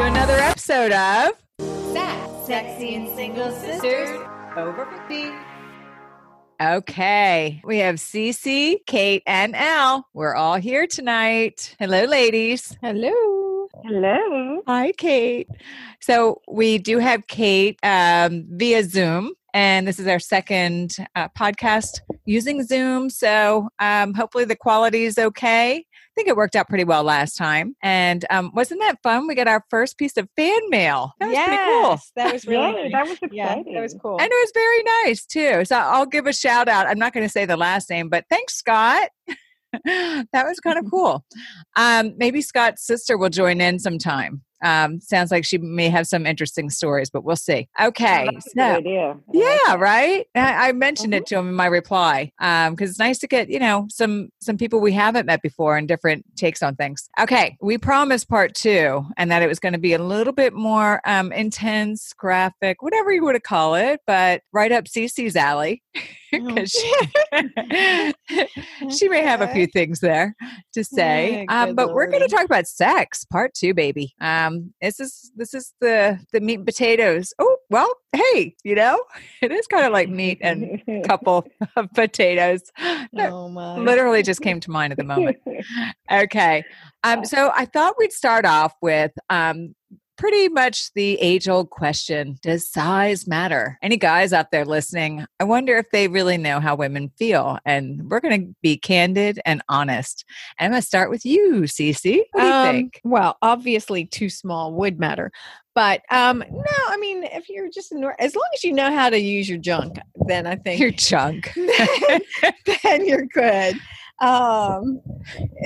episode of Sexy and Single Sisters over 50. Okay. We have Cece, Kate, and Al. We're all here tonight. Hello, ladies. Hello. Hello. Hi, Kate. So we do have Kate um, via Zoom, and this is our second uh, podcast using Zoom. So um, hopefully the quality is okay. I think it worked out pretty well last time. And um, wasn't that fun? We got our first piece of fan mail. That was pretty cool. Yes, That was really Yay, nice. that was yeah, exciting. that was cool. And it was very nice too. So I'll give a shout out. I'm not going to say the last name, but thanks, Scott. that was kind of cool. Um, maybe Scott's sister will join in sometime. Um, sounds like she may have some interesting stories, but we'll see. Oh, Okay. that's a good So, idea. I like yeah, right. I, I mentioned it to him in my reply because it's nice to get you know some some people we haven't met before and different takes on things. Okay, we promised part two and that it was going to be a little bit more um, intense, graphic, whatever you want to call it, but right up Cece's alley Oh. because she, Mm-hmm. she may have a few things there to say. Yeah, um, good but we're going lordy. to talk about sex, part two, baby. Um, this is this is the the meat and potatoes. Oh well, hey, you know, it is kind of like meat and it. couple of potatoes. That oh my. literally just came to mind at the moment. Okay, um, so I thought we'd start off with. Um, Pretty much the age old question Does size matter? Any guys out there listening, I wonder if they really know how women feel. And we're going to be candid and honest. And I'm going to start with you, Cece. What do you Um, think? Well, obviously, too small would matter, but um, no. I mean, if you're just a nor- as long as you know how to use your junk, then I think Your chunk. then, then you're good. Um,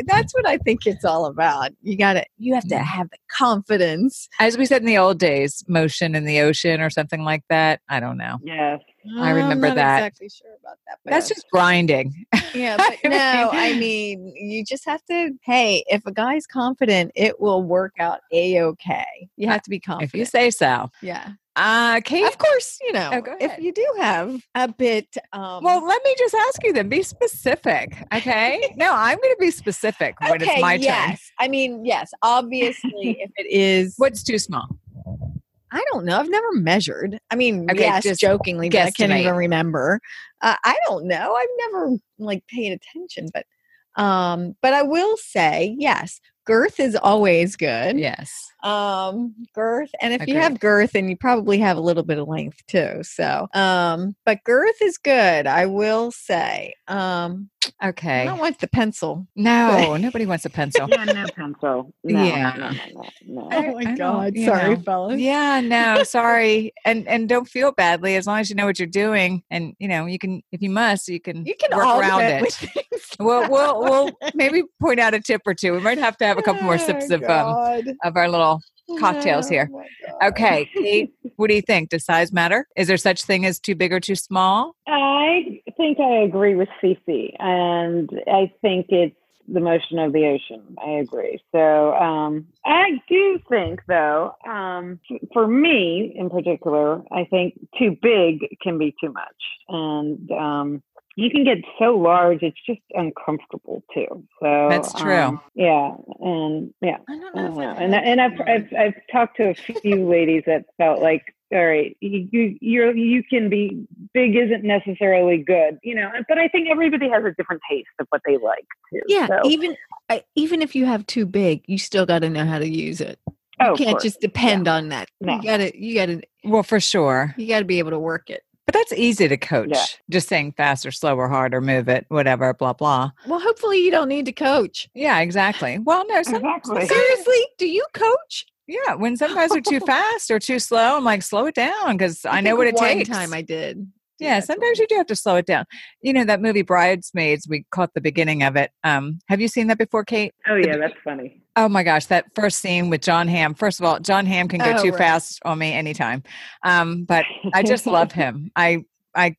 that's what I think it's all about. You gotta, you have to Mm. have the confidence. As we said in the old days, motion in the ocean or something like that. I don't know. yes. I remember I'm not that. Exactly sure about that. But That's just grinding. yeah. But I no, I mean- mean, you just have to. Hey, if a guy's confident, it will work out a okay. You have to be confident. If you say so. yeah. Uh, Kate, Of course, you know, Oh, go if ahead. you do have a bit, um, well, let me just ask you then be specific. Okay. no, I'm going to be specific when it's my turn. yes. I mean, yes, obviously, if it is, What's too small? I don't know. I've never measured. I mean, Okay, yes, just jokingly, but I can't guesstimate. even remember. Uh, I don't know. I've never like paid attention, but, um, but I will say, yes, girth is always good. Yes. um girth and if you have Agreed. girth and you probably have a little bit of length too so um but girth is good i will say um i Okay. don't want the pencil No, nobody wants a pencil. Yeah, no pencil. No, Yeah. No, no, no, Oh no. I- I don't- you know. fellas Yeah, no, sorry. And and don't feel badly as long as you know what you're doing and you know, you can if you must, you can you can work around augment it. with things We'll we'll we'll like- maybe point out a tip or two. We might have to have a couple more sips Oh, of um God. of our little cocktails Oh, here. my God. Okay, Kate, what do you think? Does size matter? Is there such thing as too big or too small? I think I agree with Cece, and I think it's the motion of the ocean. I agree. So um, I do think, though, um, f- for me in particular, I think too big can be too much, and um, you can get so large it's just uncomfortable too. So That's true. um, yeah, and yeah. Oh I don't I know. don't if know. I've Oh, And, had and that I've, one. I've, I've talked to a few ladies that felt like, all right, you, you, you're, you can be big isn't necessarily good, you know, but I think everybody has a different taste of what they like too. yeah, So- even I, even if you have too big, you still got to know how to use it. You oh, of can't course. just depend on that. No. You got to you got to Well, for sure. you got to be able to work it. But that's easy to coach. Yeah. Just saying faster, slower, harder, move it, whatever, blah blah. Well, hopefully you don't need to coach. Yeah, exactly. Well, no, Uh-huh. some, exactly. Seriously, do you coach? yeah, when some guys are too fast or too slow, I'm like, slow it down because I, know think what it one takes. time I did. do yeah, that to sometimes him. you do have to slow it down. You know that movie Bridesmaids? We caught the beginning of it. Um, have you seen that before, Kate? Oh yeah, that's funny. Oh my gosh, that first scene with John Hamm. First of all, John Hamm can go Oh, too right. fast on me anytime. Um, but I just love him. I I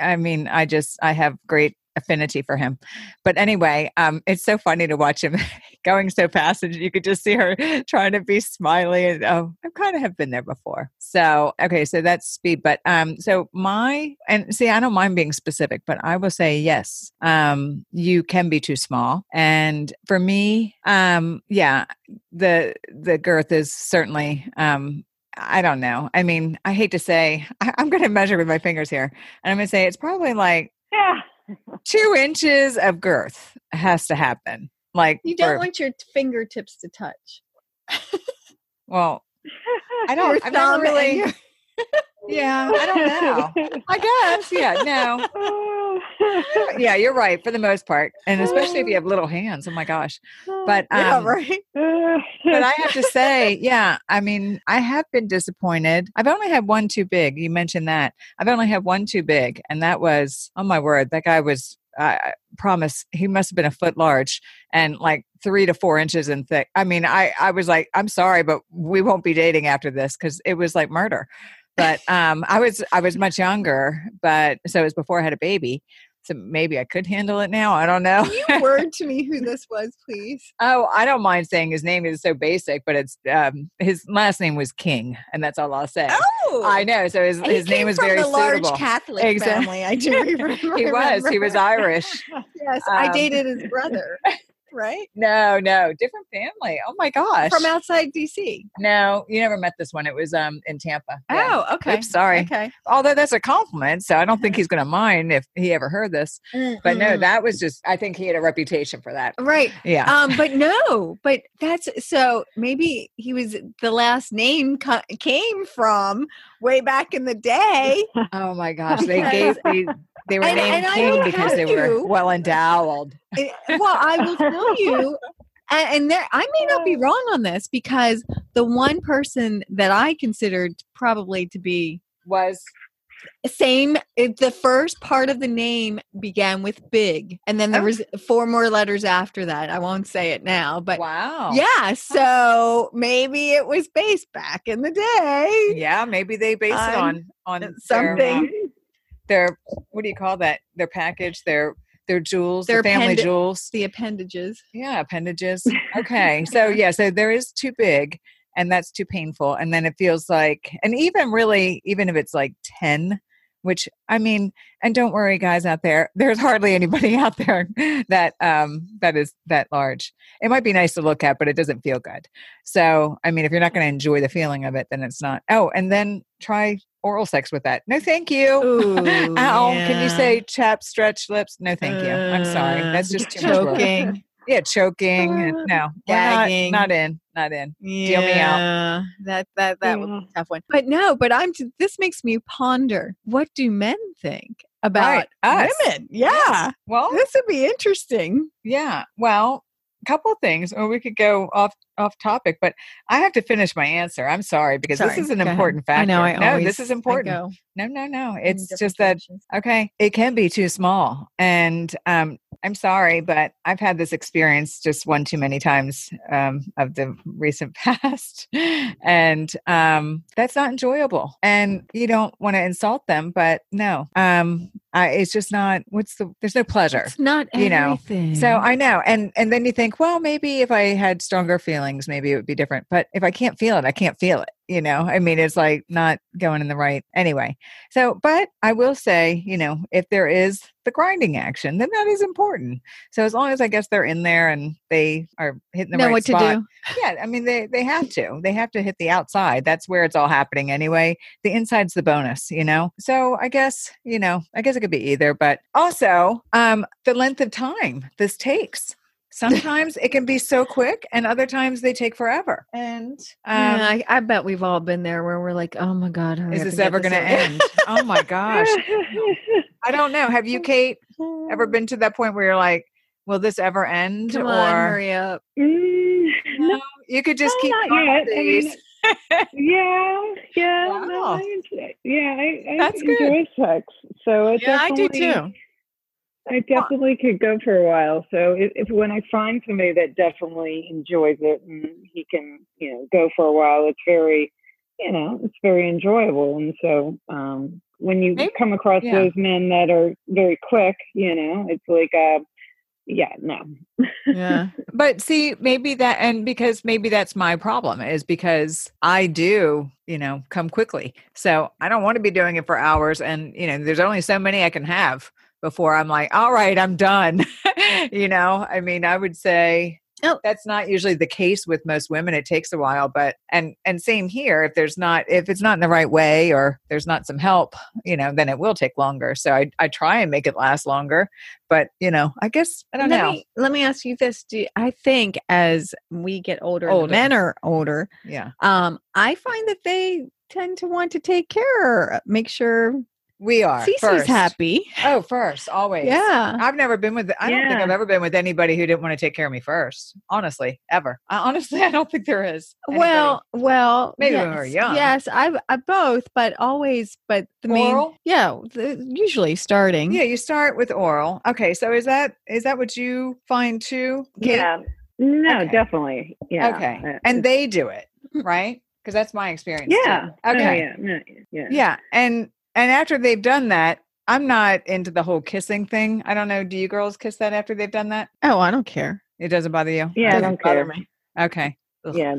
I mean, I just I have great affinity for him. But anyway, um, it's so funny to watch him going so fast, and you could just see her trying to be smiley. And oh, I kind of have been there before. So okay, so that's speed. But um, so my and see, I don't mind being specific, but I will say yes. Um, you can be too small, and for me, um, yeah, the the girth is certainly um I don't know. I mean, I hate to say, I, am going to measure with my fingers here, and I'm going to say it's probably like Yeah. two inches of girth has to happen. Like You don't for- want your fingertips to touch. well, I don't. Your I've never thumb and really. your- Yeah, I don't know. I guess. Yeah, no. Yeah, you're right for the most part, and especially if you have little hands. Oh my gosh! But um, yeah, right. but I have to say, yeah, I mean, I have been disappointed. I've only had one too big. You mentioned that. I've only had one too big, and that was, oh my word, that guy was, I I promise, he must have been a foot large and like three to four inches in thick. I mean, I, I was like, I'm sorry, but we won't be dating after this because it was like murder. But um, I was, I was much younger, but so it was before I had a baby. So maybe I could handle it now. I don't know. Can you word to me who this was, please? Oh, I don't mind saying his name is so basic, but it's um, his last name was King, and that's all I'll say. Oh, I know. So his, his name is very a large suitable. Catholic Exact- family. I do remember. he was. He was remember. Irish. Yes, I um, dated his brother. Right No, no, different family. Oh my gosh. from outside DC. no, you never met this one. It was um in Tampa. Yeah. Oh, okay. Oops, sorry. Okay. Although that's a compliment, so I don't think he's going to mind if he ever heard this. But no, that was just. I think he had a reputation for that. Mm, right. Yeah. Um, but no, but that's so maybe he was the last name co- came from way back in the day. oh my gosh, they gave they they were And- named and I King don't because they have were to- well endowed. Eh, well, I will tell you, and, and there I may not be wrong on this because the one person that I considered probably to be Was same it- the first part of the name began with big and then there Oh. was four more letters after that i won't say it now but wow. yeah so maybe it was based back in the day Yeah, maybe they base it on on on Their, uh, something. their what do you call that? Their package, their their jewels, their Their family append- jewels. the appendages Yeah, appendages. Okay, so yeah, so there is too big, and that's too painful, and then it feels like, and even really, even if it's like ten. Which I mean, and don't worry, guys out there. There's hardly anybody out there that um, that is that large. It might be nice to look at, but it doesn't feel good. So, I mean, if you're not going to enjoy the feeling of it, then it's not. Oh, and then try oral sex with that. No, thank you. Ooh, Ow. Can you say chap, stretch lips? No, thank you. I'm sorry. Uh, That's just too much work. choking Yeah, choking. Uh, and- No, we're not, Gagging. not in. Not in. yeah me out. that that that was Mm. a tough one but no but i'm this makes me ponder what do men think about us. women yeah Well, this would be interesting yeah. Well, a couple things, or we could go off off topic, but I have to finish my answer. I'm sorry because this Sorry, is an go ahead. important I factor. know, I no, always- this is I important. go No, no, no. in It's different just that directions. Okay. It can be too small. And um, I'm sorry, but I've had this experience just one too many times um, of the recent past. and um, that's not enjoyable. And you don't want to insult them, but no, um, I, it's just not, what's the, there's no pleasure. It's not you know. everything. So I know. And and then you think, well, maybe if I had stronger feelings, maybe it would be different. But if I can't feel it, I can't feel it. You know, I mean, it's like not going in the right anyway. So, but I will say, you know, if there is the grinding action, then that is important. So as long as I guess they're in there and they are hitting the know right what spot, to do. yeah, I mean they they have to. They have to hit the outside. That's where it's all happening anyway. The inside's the bonus, you know. So I guess, you know, I guess it could be either, but also um the length of time this takes. Sometimes it can be so quick and other times they take forever. And um yeah, I, I bet we've all been there where we're like, oh my God, hurry is up this and get ever going to over end? oh my gosh. I don't know. Have you Kate ever Mm. been to that point where you're like, will this ever with." end Come or on, hurry up. Mm, No, you could just no, keep not going yet. with I these. mean, yeah, yeah, no, Wow. I enjoy, yeah. I, I That's good. enjoy sex, so it definitely- I definitely could go for a while. So if, if when I find somebody that definitely enjoys it and he can, you know, go for a while, it's very, you know, it's very enjoyable. And so, um, when you Maybe- come across yeah. those men that are very quick, you know, it's like, uh, yeah, no. yeah. But see, maybe that, and because maybe that's my problem is because I do, you know, come quickly. So I don't want to be doing it for hours. And, you know, there's only so many I can have before I'm like, all right, I'm done. you know, I mean, I would say. Oh. that's not usually the case with most women it takes a while but and and same here if there's not if it's not in the right way or there's not some help you know then it will take longer so i i try and make it last longer but you know i guess i don't let know Me, let me ask you this: Do I think as we get older, and the Older. men are older? yeah Um, I find that they tend to want to take care, uh, make sure We are. Cece's first. happy. Oh, first, always. Yeah. I've never been with, I don't think Yeah. I've ever been with anybody who didn't want to take care of me first. Honestly, ever. I, honestly, I don't think there is. anybody. Well, well, Maybe yes, when we were young. Yes, I, I both, but always, but the main, Oral? yeah, the, usually starting. yeah, you start with oral. Okay. So is that, is that what you find too? Kate? Yeah. No, Okay. definitely. Yeah. Okay. Uh, And they do it, right? Because that's my experience. too. yeah. No, Okay. yeah, no, yeah. Yeah. And and after they've done that, I'm not into the whole kissing thing. I don't know. Do you girls kiss that after they've done that? Oh, I don't care. It doesn't bother you? Yeah, I Doesn't don't bother care. me. Okay. Ugh. Yeah.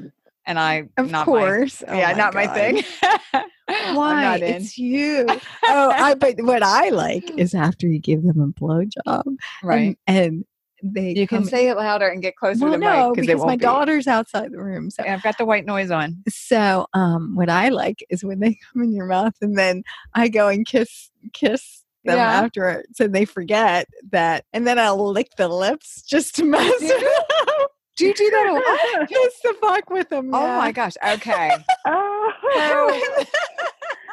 And I not Of my- course. Oh yeah, not my God. thing. I'm Why? not in. It's you. oh, I. But what I like is after you give them a blowjob, and- right. And, they You can come- say it louder and get closer Well, to the no, mic it because won't my be- daughter's outside the room. So, Yeah, I've got the white noise on. so um, what I like is when they come in your mouth, and then I go and kiss kiss them Yeah. after it, so they forget that, and then I'll lick the lips just to mess Do you? with them, Do you do that? a lot? just to fuck with them. Oh yeah. my gosh. Okay. oh.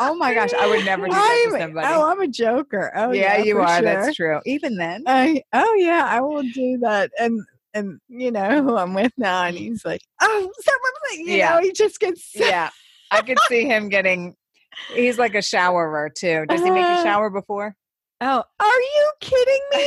Oh my gosh. I would never do that I'm, to somebody. Oh, I'm a joker. Oh, yeah, yeah, you for are. sure. That's true. Even then. I oh yeah, I will do that. And and you know who I'm with now, and he's like, oh, someone, like-" you Yeah. know, he just gets so- yeah. I could see him getting he's like a showerer too. Does he make you Uh, shower before? Oh, are you kidding me?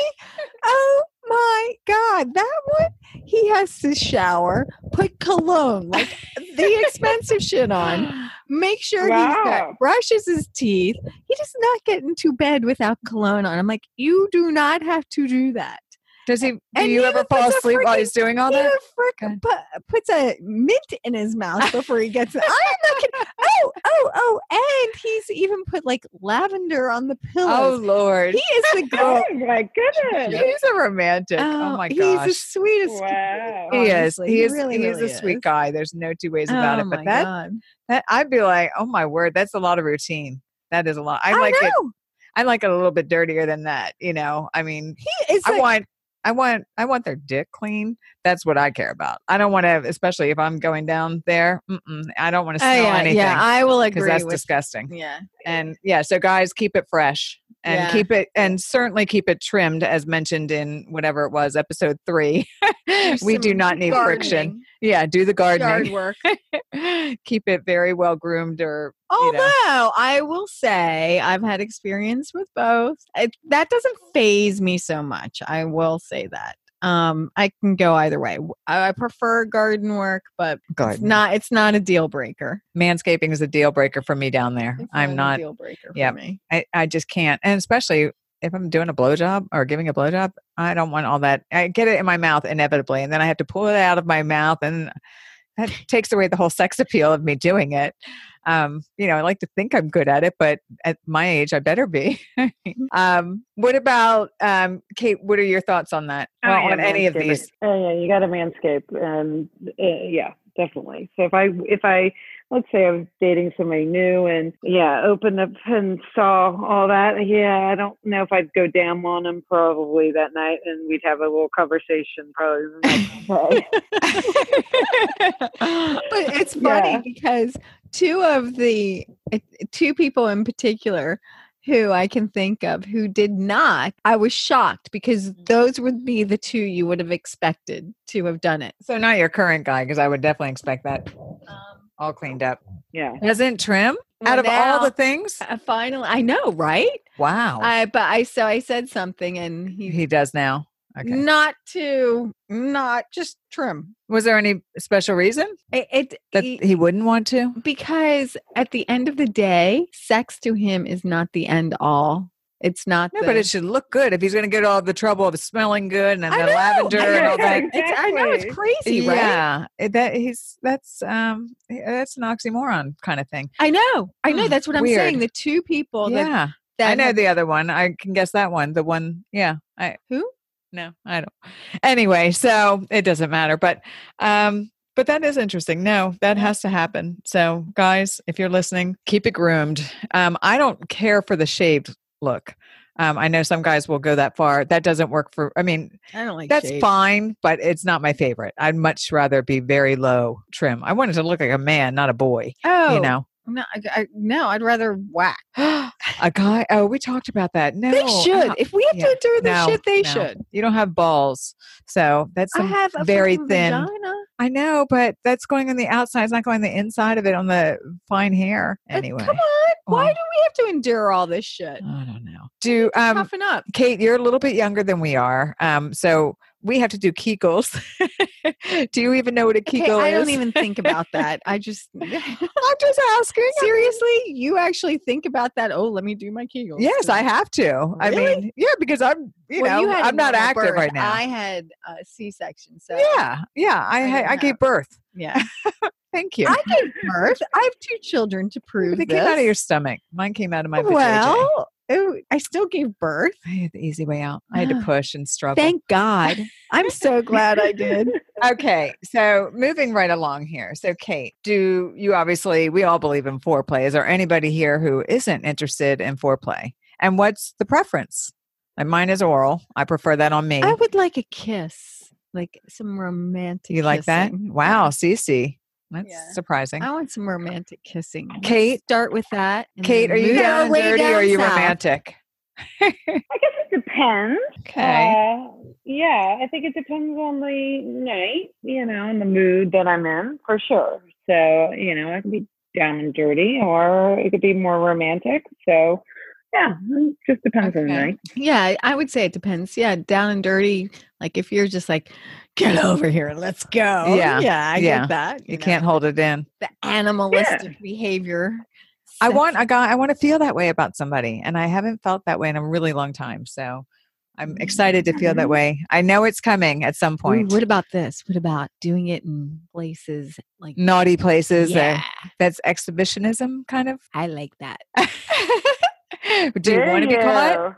oh my God, that one. He has to shower, put cologne, like the expensive shit on, make sure he's Wow. got, brushes his teeth. He does not get into bed without cologne on. I'm like, you do not have to do that. Does he do and you he ever even fall puts a asleep while he's doing all He that? frick pu- puts a mint in his mouth before he gets. I am not kidding. Oh, oh, oh! And he's even put like lavender on the Oh pillows. Lord. he is the girl. Oh my goodness. He's a romantic. Oh, Oh, my He's gosh. the sweetest. Wow. Oh, he is. honestly, He he is. really, he is really a sweet is. guy. There's no two ways about Oh it. my But that, god! that I'd be like, oh my word, that's a lot of routine. That is a lot. I, like it. know. I like it a little bit dirtier than that. You know. I mean, He is. I like- want. I want. I want their dick clean. That's what I care about. I don't want to, especially if I'm going down there. Mm-mm, I don't want to Oh, smell yeah, anything. yeah, I will because agree that's with. disgusting. yeah, And yeah, so guys, keep it fresh and Yeah. keep it, and certainly keep it trimmed, as mentioned in whatever it was, episode three. we do some not need friction. Gardening, Yeah, do the yard gardening. work. Keep it very well groomed or you Although know. I will say I've had experience with both. It, that doesn't phase me so much. I will say that. Um, I can go either way. W- I I prefer garden work, but it's not it's not a deal breaker. manscaping is a deal breaker for me down there. It's I'm a not deal breaker yeah. for me. I, I just can't. And especially if I'm doing a blowjob or giving a blowjob, I don't want all that. I get it in my mouth inevitably, and then I have to pull it out of my mouth, and that takes away the whole sex appeal of me doing it. Um, you know, I like to think I'm good at it, but at my age, I better be. Mm-hmm. um, what about um, Kate? What are your thoughts on that? Well, yeah, Oh, on any of manscaping. these? Oh yeah, you got to manscape, and uh, yeah, definitely. So if I if I let's say I was dating somebody new, and yeah, opened up and saw all that, yeah, I don't know if I'd go down on them probably that night, and we'd have a little conversation probably. the next day. but it's funny Yeah. because two of the eh, two people in particular who I can think of who did not, I was shocked because those would be the two you would have expected to have done it. So not your current guy, because I would definitely expect that all cleaned up. yeah, Doesn't trim Well, out of all now- the things? Uh, finally, I know, right? Wow, I but I so I said something and he, he does now. Okay. Not to, not just trim. Was there any special reason It, it, that it- he wouldn't want to? because at the end of the day, sex to him is not the end all. It's not. No, the, but it should look good if he's going to get all the trouble of smelling good and then I the know, lavender I and all know, that. it's- I know it's crazy, right? Yeah, it- that he's that's um that's an oxymoron kind of thing. I know. I know. Hmm, That's what I'm weird. saying. The two people that, yeah, that I know have- the other one. I can guess that one. The one, yeah. I Who? No, I don't. Anyway, so it doesn't matter. But um, but that is interesting. No, that has to happen. So guys, if you're listening, keep it groomed. Um, I don't care for the shaved look. Um, I know some guys will go that far. That doesn't work for. I mean, I don't like Mm-hmm. that's shade. fine, but it's not my favorite. I'd much rather be very low trim. I wanted to look like a man, not a boy. Oh, You know, no, I, I- no, I'd rather whack. a guy. Oh, we talked about that. No, They should. uh-uh. If we have yeah. to endure this No, shit, they no. should. You don't have balls, so that's I some- have a very fucking thin. Vagina. I know, but that's going on the outside. It's not going on the inside of it on the fine hair. Uh, Anyway, come on. Why Well. do we have to endure all this shit? I don't know. Do um, Toughen up. Kate, you're a little bit younger than we are, um, so we have to do Kegels. do you even know what a Kegel Okay, I is? don't even think about that. I just I'm just asking. seriously, you actually think about that? Oh, let me do my Kegels. Yes, I today. have to. I Really? mean, yeah, because I'm, you Well, know, had a I'm not normal active birth. right now. I had a C-section, so yeah, yeah. I I had, didn't I gave birth. yeah. Thank you. I gave birth. I have two children to prove they came out of this. your stomach. Mine came out of my vajayjay. well. oh, I still gave birth. I had the easy way out. I had to push and struggle. Thank God. I'm so glad I did. okay, so moving right along here. So, Kate, do you obviously we all believe in foreplay? Is there anybody here who isn't interested in foreplay? And what's the preference? Like mine is oral. I prefer that on me. I would like a kiss, like some romantic. you like that? kissing. Wow, Cece. That's Yeah. surprising. I want some romantic kissing. Let's Kate? start with that. and Kate, then are you move down and way dirty or are down you south. romantic? I guess it depends. Oh, Okay. Uh, yeah, I think it depends on the night, you know, and the mood that I'm in for sure. So, you know, I could be down and dirty or it could be more romantic. So, yeah, it just depends on the Okay. night. Yeah, I would say it depends. Yeah, down and dirty. Like if you're just like, get over here, let's go. Yeah, yeah, I yeah. get that. you know, can't hold it in. the animalistic behavior. I want a guy. I want to feel that way about somebody, and I haven't felt that way in a really long time. So I'm excited to feel that way. I know it's coming at some Mm-hmm. Ooh, point. what about this? What about doing it in places like? Naughty places. uh, yeah, that's exhibitionism, kind of. I like that. Do you want to be caught?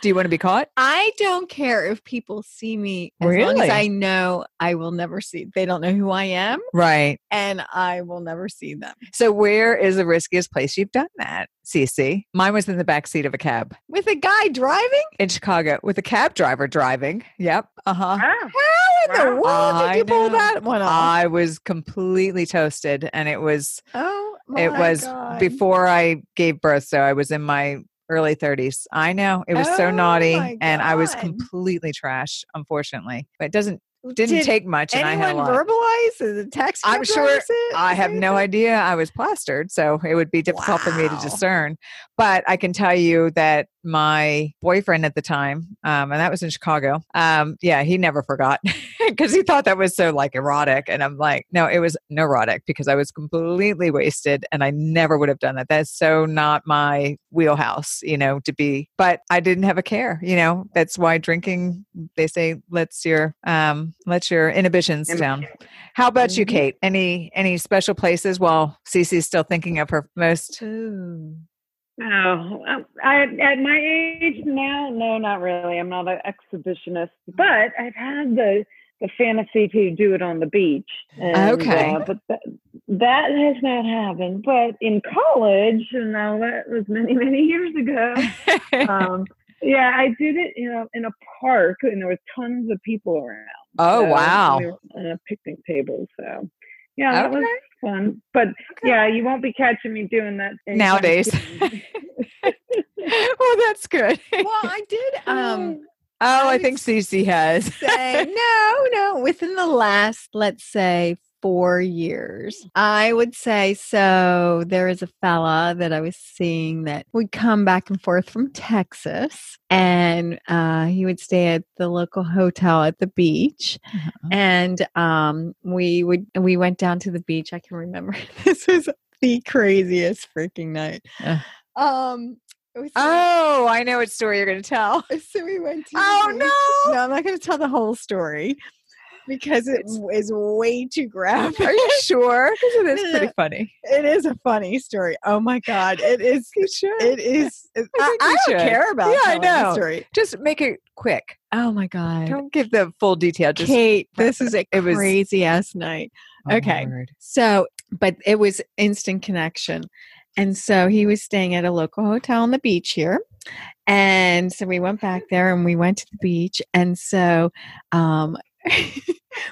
Do you want to be caught? I don't care if people see me as long Really? as I know I will never see. They don't know who I am, Right. and I will never see them So where is the riskiest place you've done that, Cece? Mine was in the back seat of a cab with a guy driving. in Chicago with a cab driver driving. Yep. Uh huh. Oh, How in the Wow. world I did you pull know. that one off? I was completely toasted, and it was oh, it my was God. before I gave birth, so I was in my early 30s. I know it was so Oh naughty, my and I was God. completely trash, unfortunately. But it doesn't didn't Did take much, and I had a Anyone lot. verbalize? Is it text? I'm verbalize sure- it? I Is have no anything? idea. I was plastered, so it would be difficult for me to Wow. discern. But I can tell you that my boyfriend at the time, um, and that was in Chicago, um, yeah, he never forgot because he thought that was so like erotic, and I'm like, no, it was neurotic because I was completely wasted, and I never would have done that. That's so not my wheelhouse, you know, to be. But I didn't have a care, you know. That's why drinking, they say, lets your um, lets your inhibitions Inhibitions. down. How about you, Mhm. Kate? Any any special places while Cece's still thinking of her most? Ooh. No, um, I at my age now, no, not really. I'm not an exhibitionist, but I've had the the fantasy to do it on the beach. and, Okay. uh, but that, that has not happened. But in college, and now that was many many years ago. Um, yeah, I did it in a in a park, and there was tons of people around. oh so wow! we were on a picnic table, so yeah, that was Okay. fun. But yeah, you won't be catching me doing that anytime Nowadays. soon. well, that's good. Well, I did. Um, oh, I would think Cece has. say no, no. Within the last, let's say, four years. I would say so. There is a fella that I was seeing that would come back and forth from Texas, and uh, he would stay at the local hotel at the beach. Uh-huh. And um, we would we went down to the beach. I can remember this was the craziest freaking night. Yeah. Um. it was- Oh, I know what story you're going to tell. so we went to. the Oh, beach. no. No, I'm not going to tell the whole story because it is way too graphic. Are you sure? Because it is pretty No. funny. It is a funny story. Oh my god, it is. Sure. It is. it- I, think we I don't should. care about. Yeah, I telling the know. Story. Just make it quick. Oh my god, Don't give the full detail. Just Kate, this is a It was- crazy ass night. Oh, my okay. word. So, but it was instant connection, and so he was staying at a local hotel on the beach here. And so we went back there and we went to the beach. And so um,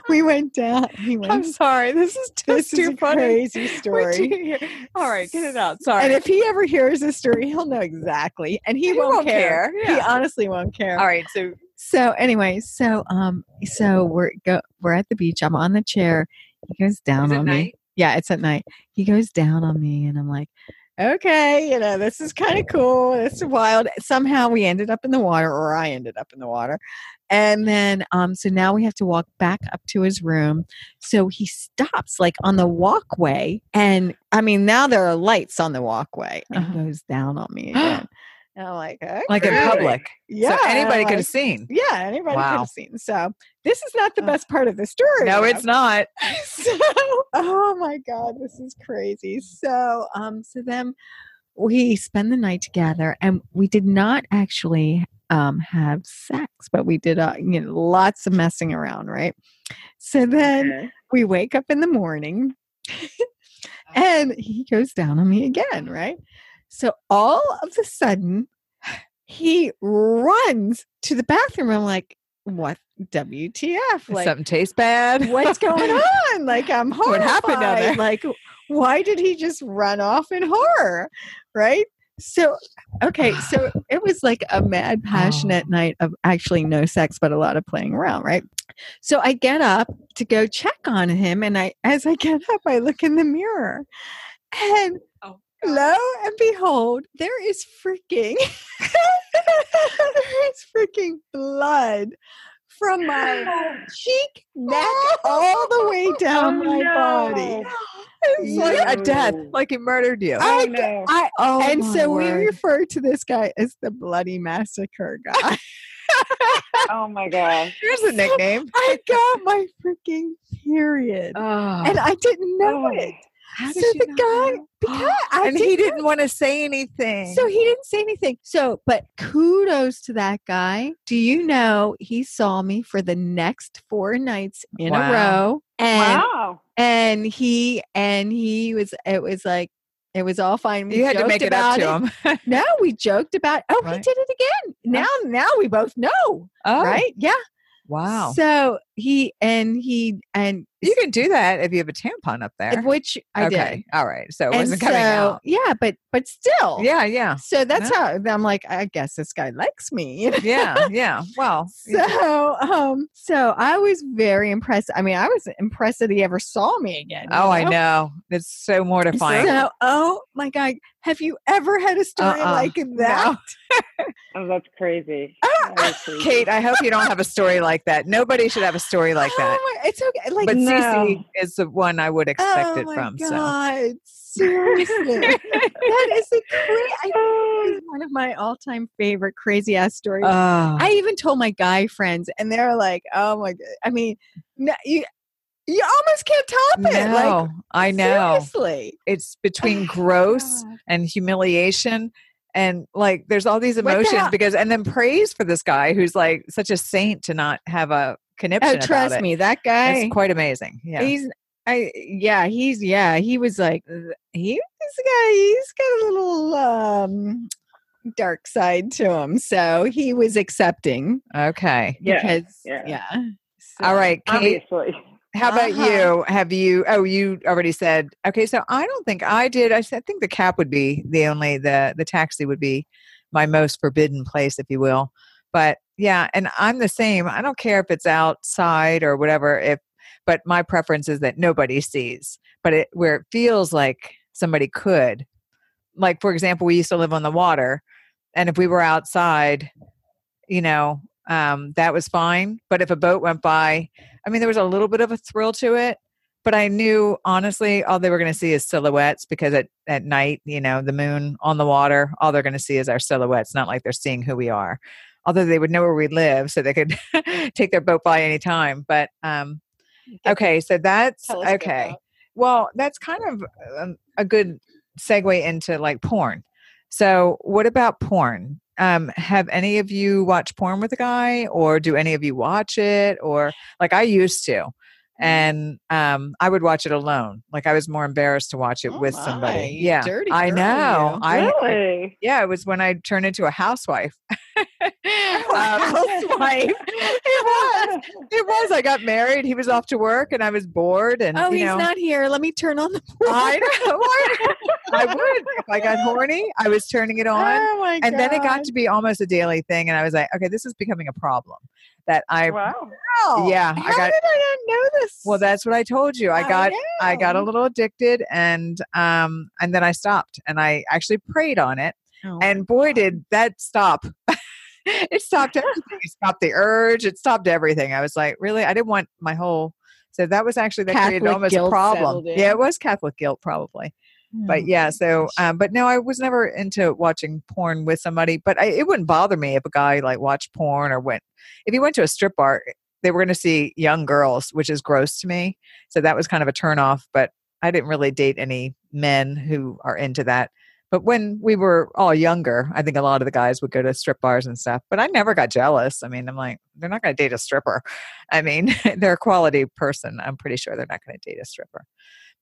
we went down. He went, I'm sorry. This is just this is too a funny. crazy Wait story. till you hear- All right, get it out. Sorry. And if he ever hears this story, he'll know exactly. And He he, won't, won't care. care, He yeah. honestly won't care. All right, so So anyway, so um so we're go we're at the beach. I'm on the chair. He goes down is it on me. night? Yeah, it's at night. He goes down on me and I'm like, okay, you know, this is kind of cool. This is wild. Somehow we ended up in the water or I ended up in the water. And then um so now we have to walk back up to his room. So he stops like on the walkway and I mean now there are lights on the walkway and Uh-huh. he goes down on me again. and I'm like, Like in "Okay." public. Yeah. so anybody like, could have seen. yeah, anybody could Wow. have seen. So this is not the Ugh. best part of the story. No, though. it's not. so oh my god, this is crazy. So um, so then we spend the night together, and we did not actually um have sex, but we did uh, you know lots of messing around, right? So then we wake up in the morning and he goes down on me again, right? So all of a sudden, he runs to the bathroom. I'm like, what WTF? Does Like, something tastes bad. what's going on? Like, I'm What horrified. happened down there? Like, why did he just run off in horror? Right? So, okay. So it was like a mad, passionate night of actually no sex, but a lot of playing around, right? So I get up to go check on him. And I, as I get up, I look in the mirror and Oh, lo and behold, there is freaking, there is freaking blood from my cheek, neck, all the way down Oh, my no. body. It's like a death, like he murdered you. I- Oh, g- no. I, Oh, and my so we word. refer to this guy as the Bloody Massacre guy. oh my gosh. Here's a nickname. I got my freaking period. Oh, and I didn't know Oh. it. how so did you the not guy- know? Because I and he didn't want to say anything. So he didn't say anything. So, but kudos to that guy. Do you know he saw me for the next four nights in Wow. a row? And wow. and he and he was it was like it was all fine. We you had to joked make it about up to him. No, we joked about oh he Right. did it again. Now now we both know. Oh, Right? Yeah. Wow. So he and he and you can do that if you have a tampon up there. which I okay. did. All right. So it And wasn't coming out. Yeah, but but still. Yeah, yeah, So that's No. how I'm like, I guess this guy likes me. you know? yeah, yeah. Well, yeah. So, um, so I was very impressed. I mean, I was impressed that he ever saw me again. you oh, I know. It's so mortifying. So, oh my God, have you ever had a story Uh-uh. like that? Oh, that's crazy. That is crazy. Ah, Kate, I hope you don't have a story like that. Nobody should have a story like that. Oh my, it's okay. Like, But no. Cece is the one I would expect oh it my from. So God, seriously, that is the crazy. I think it Oh, was one of my all-time favorite crazy ass stories. Oh. I even told my guy friends, and they're like, "Oh my god!" I mean, no, you you almost can't top it. no, Like, I know. Seriously. Ah, It's between gross God. and humiliation and like there's all these What the emotions hell? because and then praise for this guy who's like such a saint to not have a conniption. Oh, about trust it. me, that guy. It's quite amazing. Yeah. He's I yeah, he's yeah, he was like th- he this guy he's got a little um dark side to him. So he was accepting okay. Yeah, because yeah. yeah. So- All right, Kate. Obviously. How about Uh-huh. you? Have you? Oh, you already said. Okay, so I don't think I did. I, s- I think the cap would be the only the the taxi would be my most forbidden place, if you will. But yeah, and I'm the same. I don't care if it's outside or whatever. If but my preference is that nobody sees. But it, where it feels like somebody could, like for example, we used to live on the water, and if we were outside, you know, um, that was fine. But if a boat went by, I mean, there was a little bit of a thrill to it. But I knew honestly, all they were going to see is silhouettes because at, at night, you know, the moon on the water, all they're going to see is our silhouettes, not like they're seeing who we are. Although they would know where we live, so they could take their boat by any time. But um, okay, so that's Telescope okay. out. Well, that's kind of um, a good segue into like porn. So, what about porn? Um, have any of you watched porn with a guy, or do any of you watch it? Or like I used to, Mm-hmm. and um, I would watch it alone. Like I was more embarrassed to watch it Oh with my, somebody. you Yeah, dirty I girl, know. you. I really? yeah, it was when I turned into a housewife. Oh Um, Housewife. it was. It was. I got married. He was off to work, and I was bored. And Oh, you he's know, not here. Let me turn on the. I know. I would. If I got horny, I was turning it on. Oh my and then it God. got to be almost a daily thing. And I was like, okay, this is becoming a problem. That I, Wow. yeah, How I got. did I not know this? Well, that's what I told you. I got. I got a know. little addicted, and um, and then I stopped, and I actually prayed on it, Oh. and boy, did that stop! it stopped everything. It stopped the urge. It stopped everything. I was like, really, I didn't want my whole. So that was actually that created Catholic almost a guilt problem. settled in. Yeah, it was Catholic guilt, probably Oh, but yeah so uh, um, but no i was never into watching porn with somebody but I, it wouldn't bother me if a guy like watched porn or went if he went to a strip bar they were going to see young girls which is gross to me so that was kind of a turn off but i didn't really date any men who are into that but when we were all younger i think a lot of the guys would go to strip bars and stuff but i never got jealous i mean i'm like they're not going to date a stripper i mean they're a quality person i'm pretty sure they're not going to date a stripper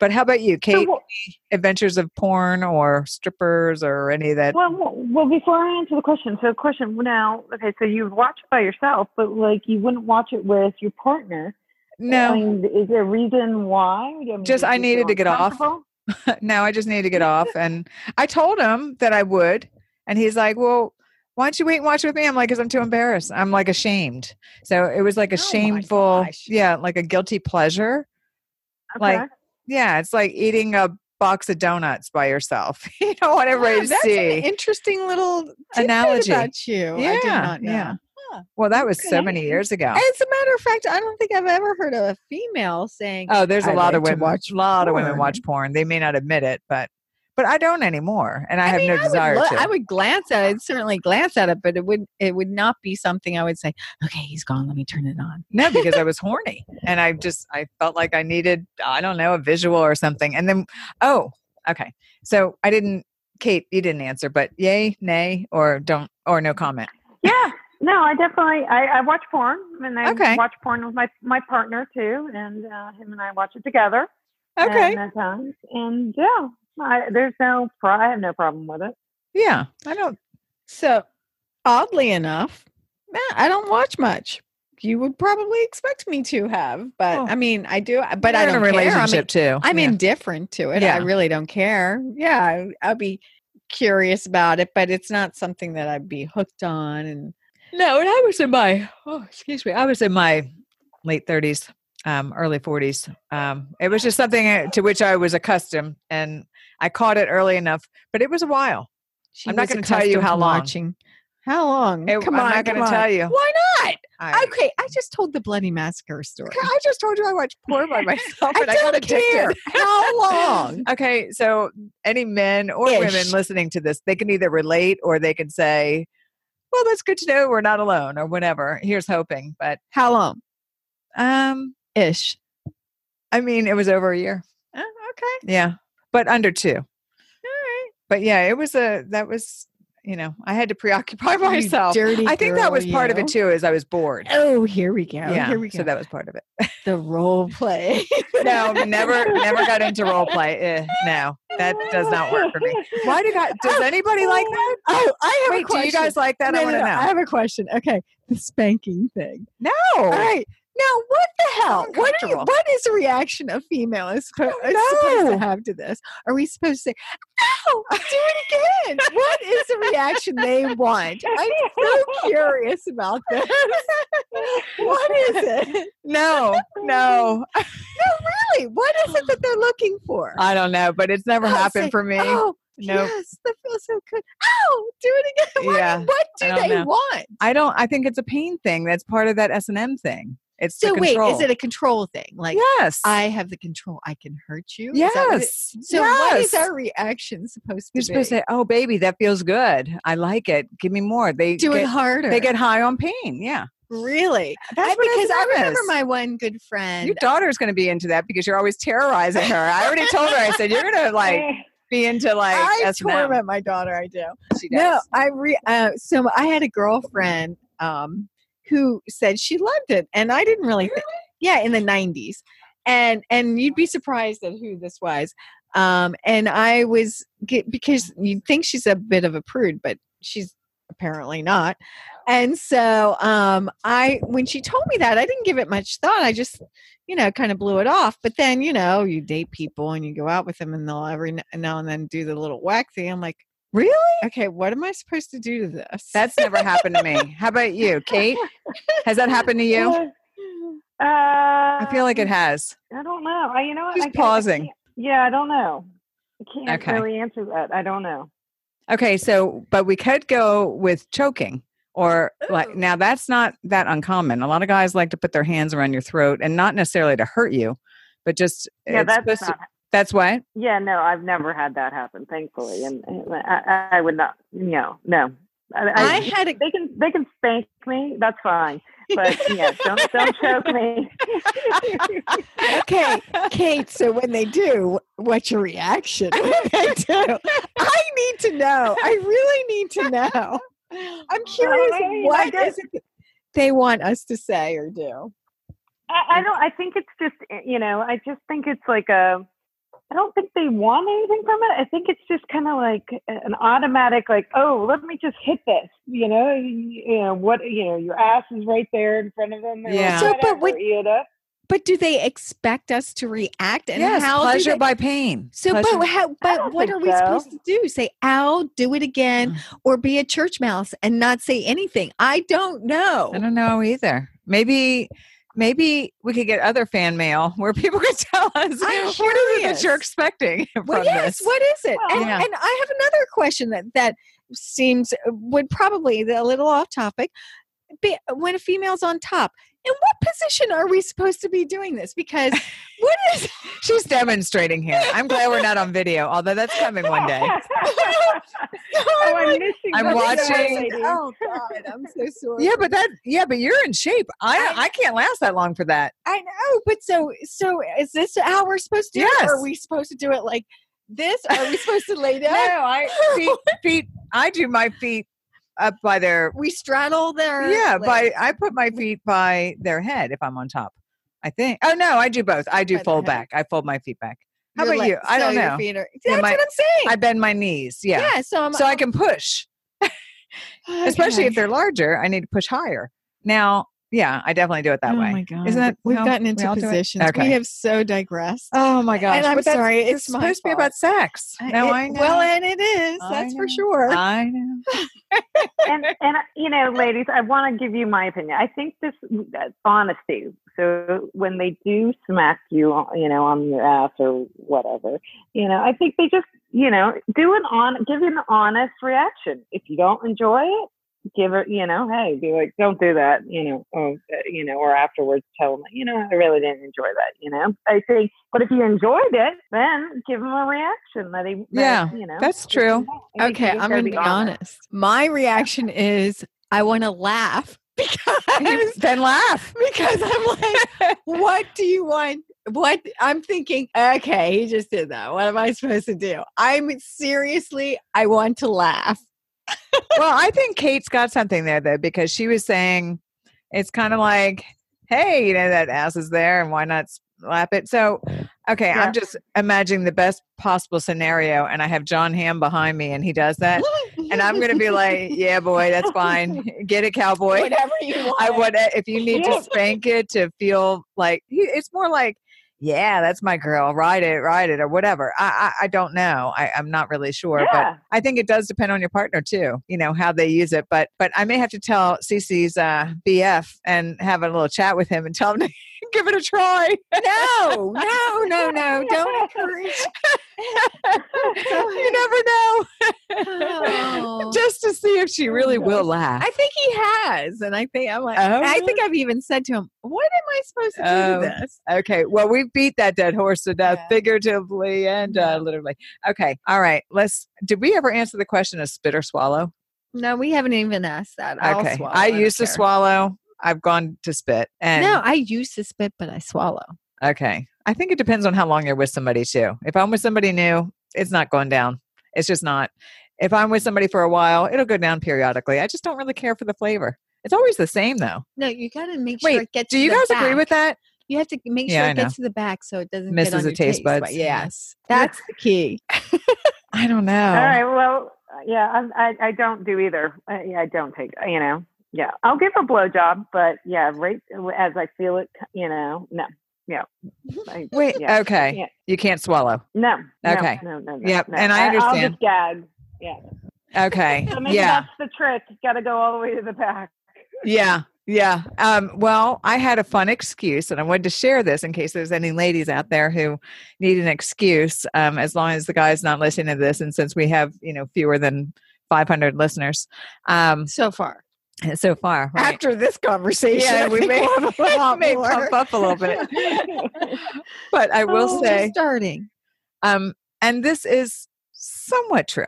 but how about you kate So, well, adventures of porn or strippers or any of that. well, well, well, before I answer the question, so question now, okay, so you watch it by yourself, but like you wouldn't watch it with your partner. I no, mean, is there a reason why? I mean, Just do I you feel needed to get off. uncomfortable? no, I just need to get off. And I told him that I would. And he's like, well, why don't you wait and watch with me? I'm like, because I'm too embarrassed. I'm like ashamed. So it was like a Oh my shameful, gosh. yeah, like a guilty pleasure. Okay. Like, yeah, it's like eating a box of donuts by yourself. you don't want everybody Yeah, to that's see. an interesting little tidbit Analogy. about you. I did Yeah, not know. yeah. well, that was so many years ago. As a matter of fact, I don't think I've ever heard of a female saying, Oh, there's a I lot of like to women. watch a lot of women porn. watch porn. They may not admit it, but but I don't anymore, and I, have mean, no I would desire look- to. I would glance at it. I'd certainly glance at it, but it would it would not be something I would say, okay, he's gone. Let me turn it on. No, because I was horny and I just I felt like I needed I don't know a visual or something. And then oh, okay. So I didn't Kate, you didn't answer, but yay, nay, or don't or no comment. Yeah. No, I definitely I, I watch porn and I Okay. watch porn with my my partner too, and uh, him and I watch it together. Okay. And, at times. and yeah, I, there's no pro- I have no problem with it. yeah. I don't So, oddly enough, nah, I don't watch much. You would probably expect me to have, but Oh. I mean, I do. But I you're in don't a care. I'm relationship too. I'm Yeah. indifferent to it. Yeah. I really don't care. Yeah, I, I'll be curious about it, but it's not something that I'd be hooked on. And No, and I was in my oh, excuse me, I was in my late thirties, um, early forties. Um, it was just something uh, to which I was accustomed, and I caught it early enough. But it was a while. she I'm not was gonna tell you accustomed how to long. Watching. How long? It- come I'm on, not gonna come on. tell you. Why not? I, Okay, I just told the bloody massacre story. I just told you I watched porn by myself, I and I, got don't addicted. care. How long? Okay, so any men or women Ish. listening to this, they can either relate or they can say, "Well, that's good to know we're not alone," or whatever. Here's hoping, but How long? um, Ish. I mean, it was over a year. Oh, okay. Yeah, but under two. All right. But yeah, it was a that was you know I had to preoccupy You myself. dirty I think that girl, was part of you. it too, is I was bored. Oh, here we go. yeah, Here we go. so that was part of it. the role play. No, never, never got into role play. Eh, no, that does not work for me. Why do guys? Does anybody like that? Oh, I have a Wait, do question. you guys like that? No, I no, want to no, I know. have a question. Okay, the spanking thing. No, All right, Now, what the hell? What are you, uncomfortable. What is the reaction a female is, suppo- is supposed to have to this? Are we supposed to say, "Ow, do it again"? what is the reaction they want? I'm so curious about this. what is it? No, no. Really, what is it that they're looking for? I don't know, but it's never I'll happened say, for me. Oh, Nope. yes, that feels so good. Ow, do it again. What, Yeah, what I do don't they know. want? I don't. I think it's a pain thing. That's part of that S and M thing. It's So the wait, control. is it a control thing? Like yes. I have the control. I can hurt you. Is that what it- yes. So what is Yes. our reaction supposed to You're be? supposed to say, "Oh, baby, that feels good. I like it. Give me more." They do it get, harder. they get high on pain. Yeah, really. that's I, what because I S&M remember is. my one good friend. uh Your daughter's going to be into that because you're always terrorizing her. I already told her. I said you're going to like be into like I S&M." torment my daughter. I do. She No, does. I re. Uh, so I had a girlfriend um, who said she loved it, and I didn't really. thi- yeah, in the nineties, and and you'd be surprised at who this was. Um, and I was get, because you'd think she's a bit of a prude, but she's apparently not. And so um, I, when she told me that, I didn't give it much thought. I just, you know, kind of blew it off. But then, you know, you date people and you go out with them, and they'll every n- now and then do the little whack thing. I'm like. Really? Okay, what am I supposed to do to this? That's never happened to me. How about you, Kate? Has that happened to you? Uh, I I feel like it has. I don't know. I, you know what? She's I guess I pausing. can't- Yeah, I don't know. I can't Okay. really answer that. I don't know. Okay, so but we could go with choking or like Ooh. now that's not that uncommon. A lot of guys like to put their hands around your throat and not necessarily to hurt you, but just Yeah, it's that's supposed to- not. that's what. yeah, no, I've never had that happen, thankfully, and, and I, I would not. No, no. I, I I, had a they can they can spank me. That's fine. But yeah, don't don't choke me. okay, Kate. So when they do, what's your reaction? When they do, I need to know. I really need to know. I'm curious I mean, I what guess- is it that they want us to say or do. I, I don't. I think it's just eh, you know. I just think it's like a. I don't think they want anything from it. I think it's just kind of like an automatic, like, oh, let me just hit this. You know, you, you know what? You know, your ass is right there in front of them. or Yeah. So, but whatever, would- you know? But do they expect us to react? And yes, how do pleasure they- by pain. so, Pleasure- but how, but don't what think are we so. Mm. supposed to do? Say, "Ow, do it again," or be a church mouse and not say anything? I don't know. I don't know either. Maybe maybe we could get other fan mail where people could tell us what is it that curious. you're expecting from well, yes. this. What is it? Well- and, Yeah. and I have another question that that seems uh, would probably a little off topic. Be, when a female's on top, in what position are we supposed to be doing this? Because what is She's demonstrating here. I'm glad we're not on video, although that's coming one day. oh, I'm missing. I'm the watching- lady. Oh God, I'm so sorry. Yeah, but that yeah, but you're in shape. I I- I can't last that long for that. I know. But so so is this how we're supposed to? do it? Or Yes. are we supposed to do it like this? Are we supposed to lay No, down? I feet, feet. I do my feet up by their We straddle their yeah. By legs. I put my feet by their head if I'm on top. I think. Oh no, I do both. I do By their fold head. back. I fold my feet back. How Your about leg- you? I so don't your know. feet are- Yeah, That's my- what I'm saying. I bend my knees. Yeah, So I'm oh, so I can push, especially if Okay. they're larger. I need to push higher. Now, yeah, I definitely do it that oh way. My God. Isn't that we've how gotten we into all do it? positions? Okay. We have so digressed. Oh my gosh! I'm but that's- sorry, it's my supposed to be fault. about sex. No, It- I know. Well, and it is. I that's for know. sure. I know. and and you know, ladies, I want to give you my opinion. I think this uh, honesty. So when they do smack you, on- you know, on your ass or whatever, you know, I think they just, you know, do an on, give an honest reaction. If you don't enjoy it, give it, you know, hey, be like, don't do that, you know, oh, uh, you know, or afterwards tell them, you know, I really didn't enjoy that, you know. I think, but if you enjoyed it, then give them a reaction that they, that, Yeah, you know, that's true. I think you okay, just I'm gotta going to be honest. My reaction is I want to laugh because then laugh. because I'm like, what do you want? What I'm thinking, okay, he just did that. What am I supposed to do? I'm seriously, I want to laugh. well, I think Kate's got something there though, because she was saying it's kind of like, hey, you know, that ass is there and why not slap it? So, okay, Yeah. I'm just imagining the best possible scenario and I have John Hamm behind me and he does that. and I'm going to be like, yeah, boy, that's fine. Get it, cowboy. Whatever you want. I would uh, if you need to spank it to feel like he- it's more like, yeah, that's my girl. Ride it, ride it, or whatever. I I, I don't know. I, I'm not really sure, Yeah. but I think it does depend on your partner too. You know how they use it, but but I may have to tell Cece's uh, BF and have a little chat with him and tell him to give it a try. No, no, no, no. Don't encourage. you never know. Oh. Just to see if she really will laugh. I think he has, and I think I'm like, Oh, I really? think I've even said to him, "What am I supposed to do Oh. to this?" Okay. Well, we beat that dead horse to death, Yeah. figuratively and uh, literally. Okay. All right. Let's. Did we ever answer the question of spit or swallow? No, we haven't even asked that. I'll okay. swallow, I don't used to care. swallow. I've gone to spit. And No, I used to spit, but I swallow. okay. I think it depends on how long you're with somebody too. If I'm with somebody new, it's not going down. It's just not. If I'm with somebody for a while, it'll go down periodically. I just don't really care for the flavor. It's always the same though. No, you got to make Wait, sure it gets. Do to you the guys agree back. with that? You have to make sure Yeah, I it gets to the back so it doesn't Misses get on the your taste buds. Yes, that's the key. I don't know. All right. Well, yeah, I, I, I don't do either. I, yeah, I don't take, you know, yeah, I'll give a blowjob, but yeah, right as I feel it, you know, no, yeah. I- Wait. yeah. Okay. Yeah. You can't swallow. No. no, Okay. No, no, no. Yep, no. and I I'll understand. just gag. Okay. So maybe yeah. that's the trick. Got to go all the way to the back. Yeah. Yeah. Um, well, I had a fun excuse, and I wanted to share this in case there's any ladies out there who need an excuse. Um, as long as the guy's not listening to this, and since we have you know fewer than 500 listeners um, So far, so far, right? after this conversation, yeah, we may have a lot may more. pump up a little bit, but I will Oh, we're say starting. Um, and this is somewhat true.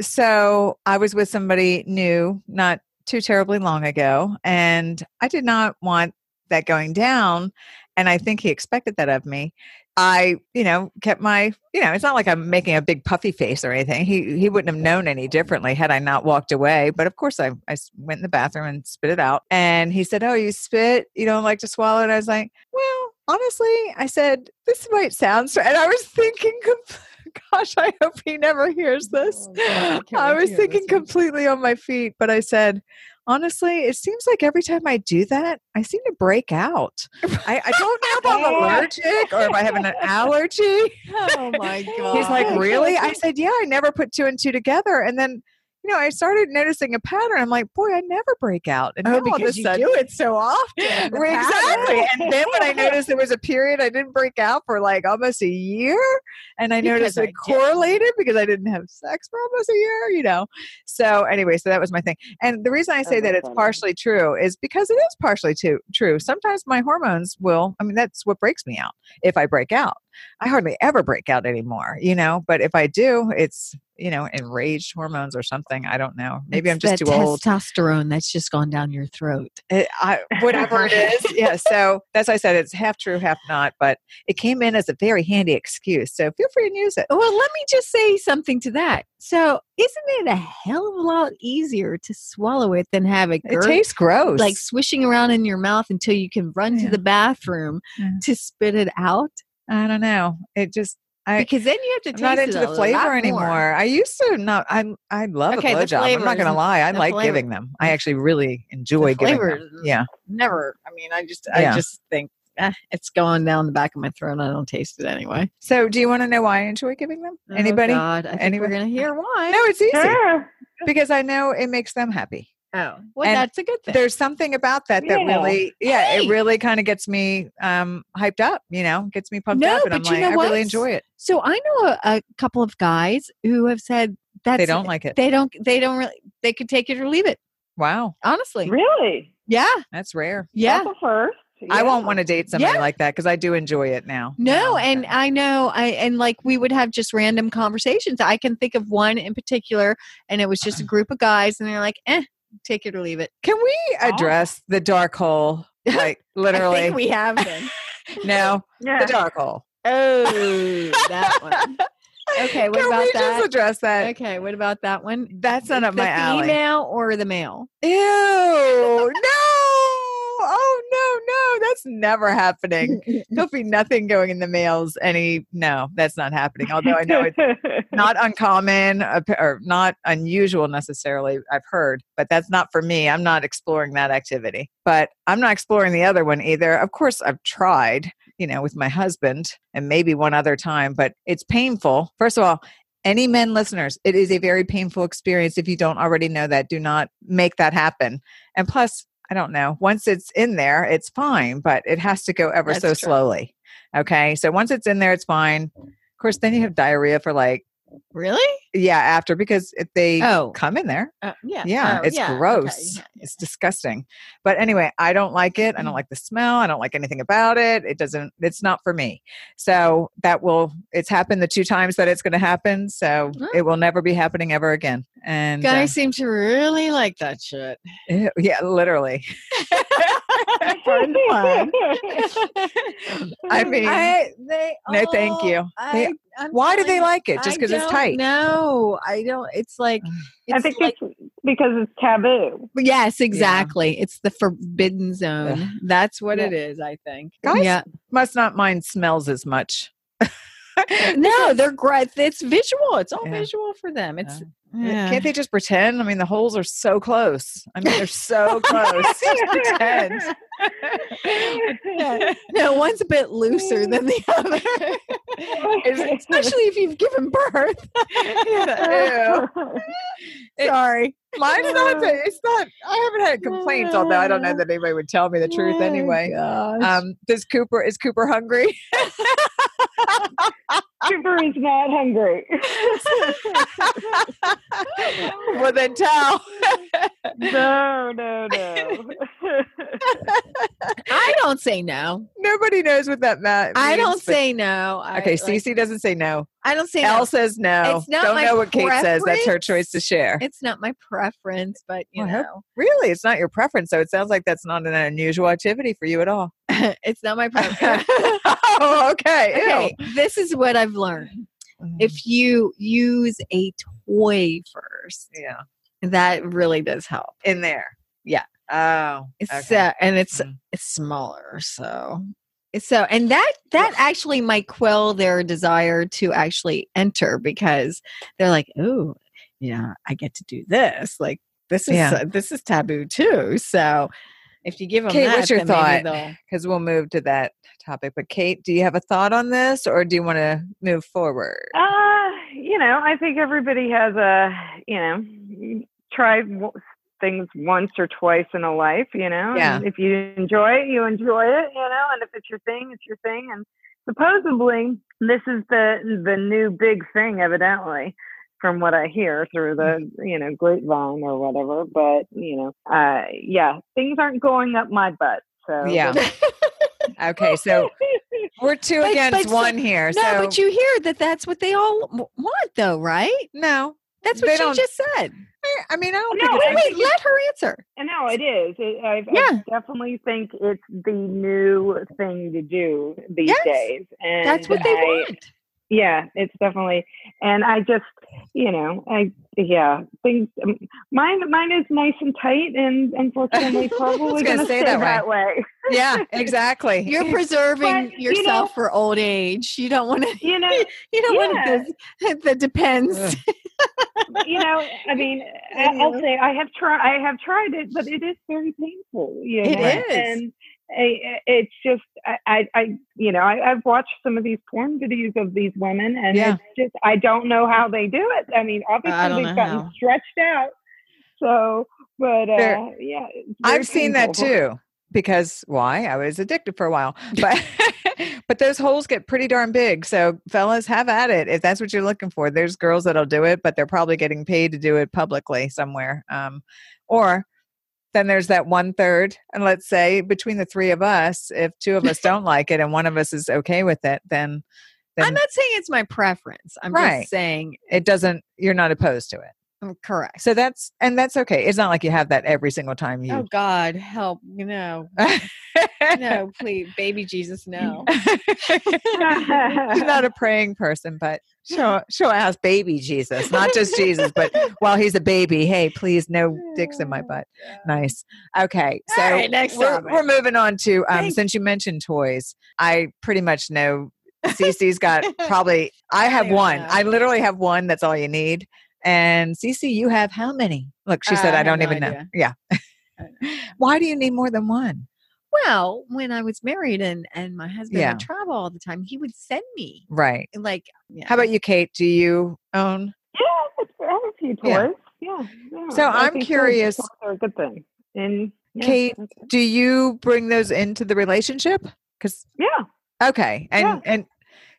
So I was with somebody new not too terribly long ago, and I did not want that going down. And I think he expected that of me. I, you know, kept my, you know, it's not like I'm making a big puffy face or anything. He he wouldn't have known any differently had I not walked away. But of course, I, I s- went in the bathroom and spit it out. And he said, "Oh, you spit? You don't like to swallow?" And I was like, well, honestly, I said, this might sound strange. And I was thinking, com- gosh, I hope he never hears this. Oh, God, can't I wait to was hear thinking this one. completely on my feet, but I said, honestly, it seems like every time I do that, I seem to break out. I, I don't know if I'm allergic or if I have an allergy. Oh my god! He's like, Oh. really? I said, yeah, I never put two and two together. And then, you know, I started noticing a pattern. I'm like, boy, I never break out. And now all oh, of a because you sudden, do it so often. the Right, exactly. And then when I noticed there was a period I didn't break out for like almost a year, and I Because noticed it I correlated because I didn't have sex for almost a year, you know. So anyway, so that was my thing. And the reason I say that that's it's funny. partially true is because it is partially too, true. Sometimes my hormones will, I mean, that's what breaks me out if I break out. I hardly ever break out anymore, you know, but if I do, it's, you know, enraged hormones or something. I don't know. Maybe I'm It's just that too old. Testosterone that's just gone down your throat. It, I, whatever it is. Yeah. So that's why I said it's half true, half not, but it came in as a very handy excuse. So feel free to use it. Well, let me just say something to that. So, isn't it a hell of a lot easier to swallow it than have it, It gurg- tastes gross. like swishing around in your mouth until you can run Yeah. to the bathroom Yeah. to spit it out? I don't know. It just, I- because then you have I'm to not taste into it the a flavor lot more. anymore. I used to not, I'm, I love Okay, a the blowjob. I'm not flavor going to is- lie. I the like flavor- mm. giving them. I actually really enjoy giving flavor them. is- Yeah. Never. I mean, I just, Yeah. I just think eh, it's going down the back of my throat. I don't taste it anyway. So do you want to know why I enjoy giving them? Anybody? Oh, No, God, I think Anybody? we're gonna hear why. it's easy Sure. because I know it makes them happy. Oh, well, And that's a good thing. there's something about that that Yeah. really yeah Hey. it really kind of gets me um hyped up you know gets me pumped No, up and but i'm you like know i what? really enjoy it So I know a, a couple of guys who have said that they don't like it They don't. They don't really. They could take it or leave it. wow Honestly. Really? Yeah. that's rare Yeah. That's a first. i Yeah. won't want to date somebody Yeah. like that because i do enjoy it now No, Um, and I know I and like we would have just random conversations. I can think of one in particular, and it was just a group of guys, and they're like, "Eh, take it or leave it." can we Oh. address the dark hole like I literally think we have them. no Yeah. the dark hole oh, that one. Okay, what can about we that? just address that Okay, what about that one? that's not up the my alley female or the male? ew no oh no no that's never happening. There'll be nothing going in the mails. Any, no, that's not happening. Although I know it's not uncommon uh, or not unusual necessarily, I've heard, but that's not for me. I'm not exploring that activity. But I'm not exploring the other one either. Of course, I've tried, you know, with my husband and maybe one other time, but it's painful. First of all, any men listeners, it is a very painful experience if you don't already know that. Do not make that happen. And plus, I don't know, once it's in there, it's fine, but it has to go ever That's so true. slowly. Okay. So once it's in there, it's fine. Of course, then you have diarrhea for like, Really? yeah, after because if they Oh. come in there, Uh, yeah. yeah, Oh, it's yeah. Okay. gross. Yeah. Mm-hmm. It's disgusting. But anyway, I don't like it. I don't like the smell. I don't like anything about it. It doesn't, it's not for me. So that will, it's happened the two times that it's going to happen. So Mm. it will never be happening ever again. And uh, Guys seem to really like that shit. ew, yeah, literally. I mean, I, they no, thank all- you. They- I, I'm Why do telling they you, like it? Just I because it's don't tight? know. I don't. It's like it's I think like, it's because it's taboo. yes, exactly. It's the forbidden zone. That's what Yeah. it is. I think. Guys- yeah. Must not mind smells as much. No, they're great. It's visual. It's all Yeah. Uh, visual for them. It's uh, Can't Uh-huh. they just pretend? I mean, the holes are so close. I mean, they're so close. Just pretend. Yeah. no, one's a bit looser than the other, especially if you've given birth. Ew. It- Sorry. Uh, Mine's not. the- It's not. I haven't had complaints, although I don't know that anybody would tell me the truth Oh, anyway. gosh. Um, does Cooper is Cooper hungry? Cooper is not hungry. well, then tell. No, no, no. I don't say no. Nobody knows what that meant. I don't say no. I, Okay, like, Cece doesn't say no. I don't say Elle no. says no. It's not don't my know what Kate says. That's her preference. choice to share. It's not my preference, but you Well, I hope- know, really, it's not your preference. So it sounds like that's not an unusual activity for you at all. it's not my preference. oh, okay. ew. Mm-hmm. Mm. okay, this is what I've learned. If you use a toy first, yeah, that really does help. in there. Yeah. Oh, It's okay. uh, and it's Mm. it's smaller, so so and that that actually might quell their desire to actually enter because they're like, oh, you know, I get to do this. Like this is Yeah. uh, this is taboo too. So if you give them Kate, that, what's your then thought? maybe they'll- because we'll move to that topic. But Kate, do you have a thought on this, or do you want to move forward? Uh, you know, I think everybody has a, you know, try w- things once or twice in a life, you know. Yeah. And if you enjoy it, you enjoy it, you know, and if it's your thing, it's your thing. And supposedly this is the the new big thing evidently from what I hear through the, Mm-hmm. you know, grapevine or whatever, but, you know, uh yeah, things aren't going up my butt. So Yeah. okay, so we're two But- against but so- one here. No, so but you hear that that's what they all w- want, though, right? no. That's what They you don't- just said. I mean, I don't No, think it's I Oh, wait, think let her answer. And no, it is. It, I, Yeah. I definitely think it's the new thing to do these Yes. days. And That's what they I- want. Yeah, it's definitely. And I just, you know, I yeah, things. um, Mine, mine is nice and tight, and unfortunately, probably gonna going to stay stay that way. that way. yeah, exactly. You're preserving But, you know- yourself for old age. You don't want to. You know, You don't Yeah. want this. That depends. Ugh. you know. I mean, I, I'll say I have tried. I have tried it, but it is very painful. You know? It is. and I, it's just I, I, I you know, I, I've watched some of these porn videos of these women, and Yeah. it's just I don't know how they do it. I mean, I don't obviously know they've gotten how. stretched out, so. But There- uh, yeah, it's very I've seen that painful. too. Because why? I was addicted for a while, but but those holes get pretty darn big. So fellas, have at it if that's what you're looking for. There's girls that'll do it, but they're probably getting paid to do it publicly somewhere. Um, or then there's that one third, and let's say between the three of us, if two of us don't like it and one of us is okay with it, then I'm then not saying it's my preference. I'm Right. just saying it doesn't. You're not opposed to it. I'm correct. So that's and that's okay. It's not like Oh, you have that every single time you Oh God, help! You know, no, please, baby Jesus, no. Oh, She's not a praying person, but she'll she'll ask baby Jesus, not just Jesus, but while he's a baby, hey, please no dicks in my butt. Nice. Okay, so All right, next we're, topic. we're moving on to um, Thanks. since you mentioned toys, I pretty much know Cece's got probably. I have don't one. know. I literally have one. That's all you need. And Cece, you have how many? Look, she Uh, said, I I, have don't no even know. idea. Yeah. Why do you need more than one? Well, when I was married and and my husband Yeah. would travel all the time, he would send me Right. like yeah. How about you, Kate? Do you own? Yeah, I have a few Yeah. toys. Yeah. yeah. So I I'm think toys- curious- toys are a good thing. And yeah, Kate- that's it. Do you bring those into the relationship? Because Yeah. okay, and Yeah. and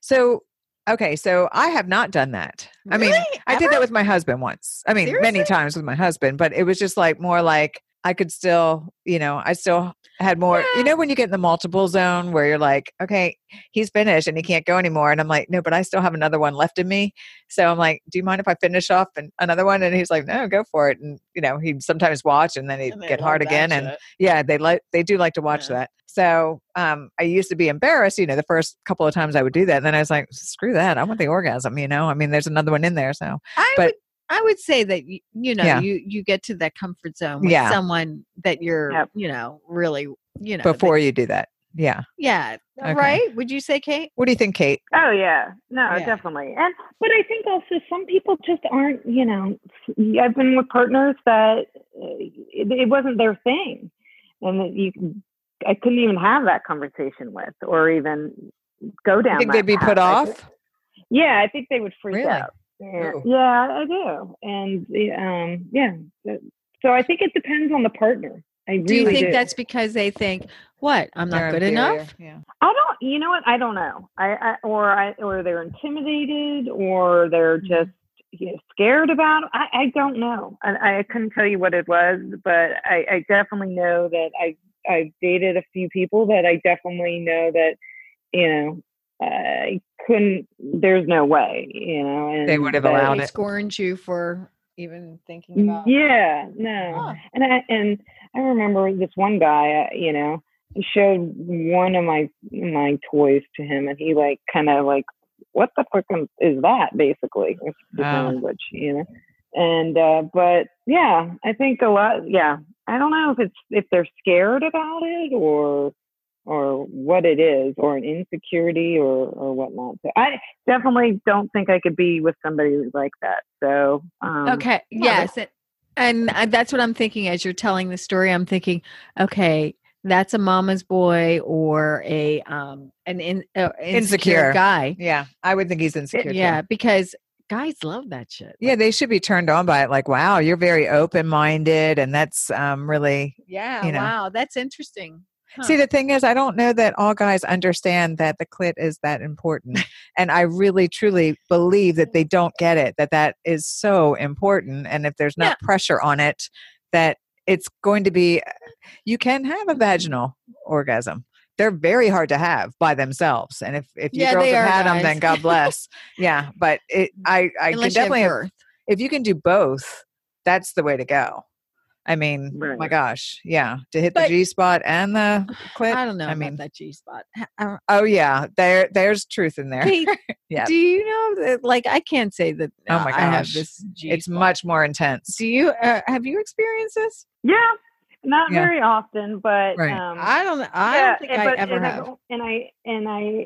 so okay, so I have not done that. I mean, Really? I did Ever? that with my husband once. I mean, many Seriously? times with my husband, but it was just like more like I could still, you know, I still had more. You know, when you get in the multiple zone where you're like, okay, he's finished and he can't go anymore, and I'm like, no, but I still have another one left in me. So I'm like, do you mind if I finish off and another one? And he's like, no, go for it. And you know, he'd sometimes watch and then he'd And they get love hard that again and shit. yeah they like they do like to watch Yeah. that so um i used to be embarrassed you know the first couple of times i would do that and then i was like screw that i want the orgasm you know i mean there's another one in there so I but- would I would say that you, you know Yeah. you you get to that comfort zone with Yeah. someone that you're Yep. you know really you know that- before you do that yeah yeah Okay. right would you say Kate what do you think kate Oh yeah, no, Yeah. definitely. And but I think also some people just aren't. You know, I've been with partners that uh, it, it wasn't their thing, and that you, I couldn't even have that conversation with, or even go down. you think that they'd be put path. I off think- yeah, I think they would freak Really? out. Yeah, Ooh. yeah, I do, and um, yeah. So I think it depends on the partner. I do you really think do. that's because they think what I'm not They're good inferior. enough yeah I don't. You know what? I don't know. I, I or I or they're intimidated, or they're Mm-hmm. just you know, scared about. I, I don't know. I, I couldn't tell you what it was, but I, I definitely know that I I've dated a few people that I definitely know that you know I couldn't. There's no way. You know, and They would have that- allowed they it. Mm, scorned you for even thinking about Yeah. No Huh. and I and I remember this one guy, uh, you know, I showed one of my my toys to him, and he like kind of like, what the fuck am- is that? Basically, is the Ah. language, you know. And uh, but yeah, I think a lot. Yeah, I don't know if it's if they're scared about it or or what it is or an insecurity or or whatnot. So I definitely don't think I could be with somebody like that. So um, Okay. yeah, yes. And, and I, that's what I'm thinking as you're telling the story. I'm thinking, okay, that's a mama's boy or a um an in, uh, insecure, Insecure. guy. yeah i would think he's insecure too. Yeah, because guys love that shit. yeah they should be turned on by it like wow you're very open-minded and that's um really Yeah. You know. Wow, that's interesting. Huh. See, the thing is, I don't know that all guys understand that the clit is that important. and I really, truly believe that they don't get it, that that is so important. And if there's not pressure on it, that it's going to be, you can have Mm-hmm. a vaginal orgasm. They're very hard to have by themselves. And if, if you Yeah, girls they have are, had them, guys. then God bless. yeah. But it, I, I can Unless you have definitely, birth. if you can do both, that's the way to go. I mean, my Right. gosh. Yeah. To hit the But- G spot and the clit. I don't know I mean- about that G spot. Oh yeah, there there's truth in there. Yeah. yeah. Do you know that? Like, I can't say that. Oh uh, my I have gosh. this G. It's spot. much more intense. Do you uh, have you experienced this? Yeah, not Yeah. very often, but Right. um, I don't. I yeah, don't think and- I but- ever and have. I've- and I and I,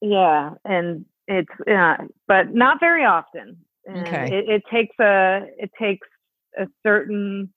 yeah, and it's yeah, but not very often. And Okay. It, it takes a it takes a certain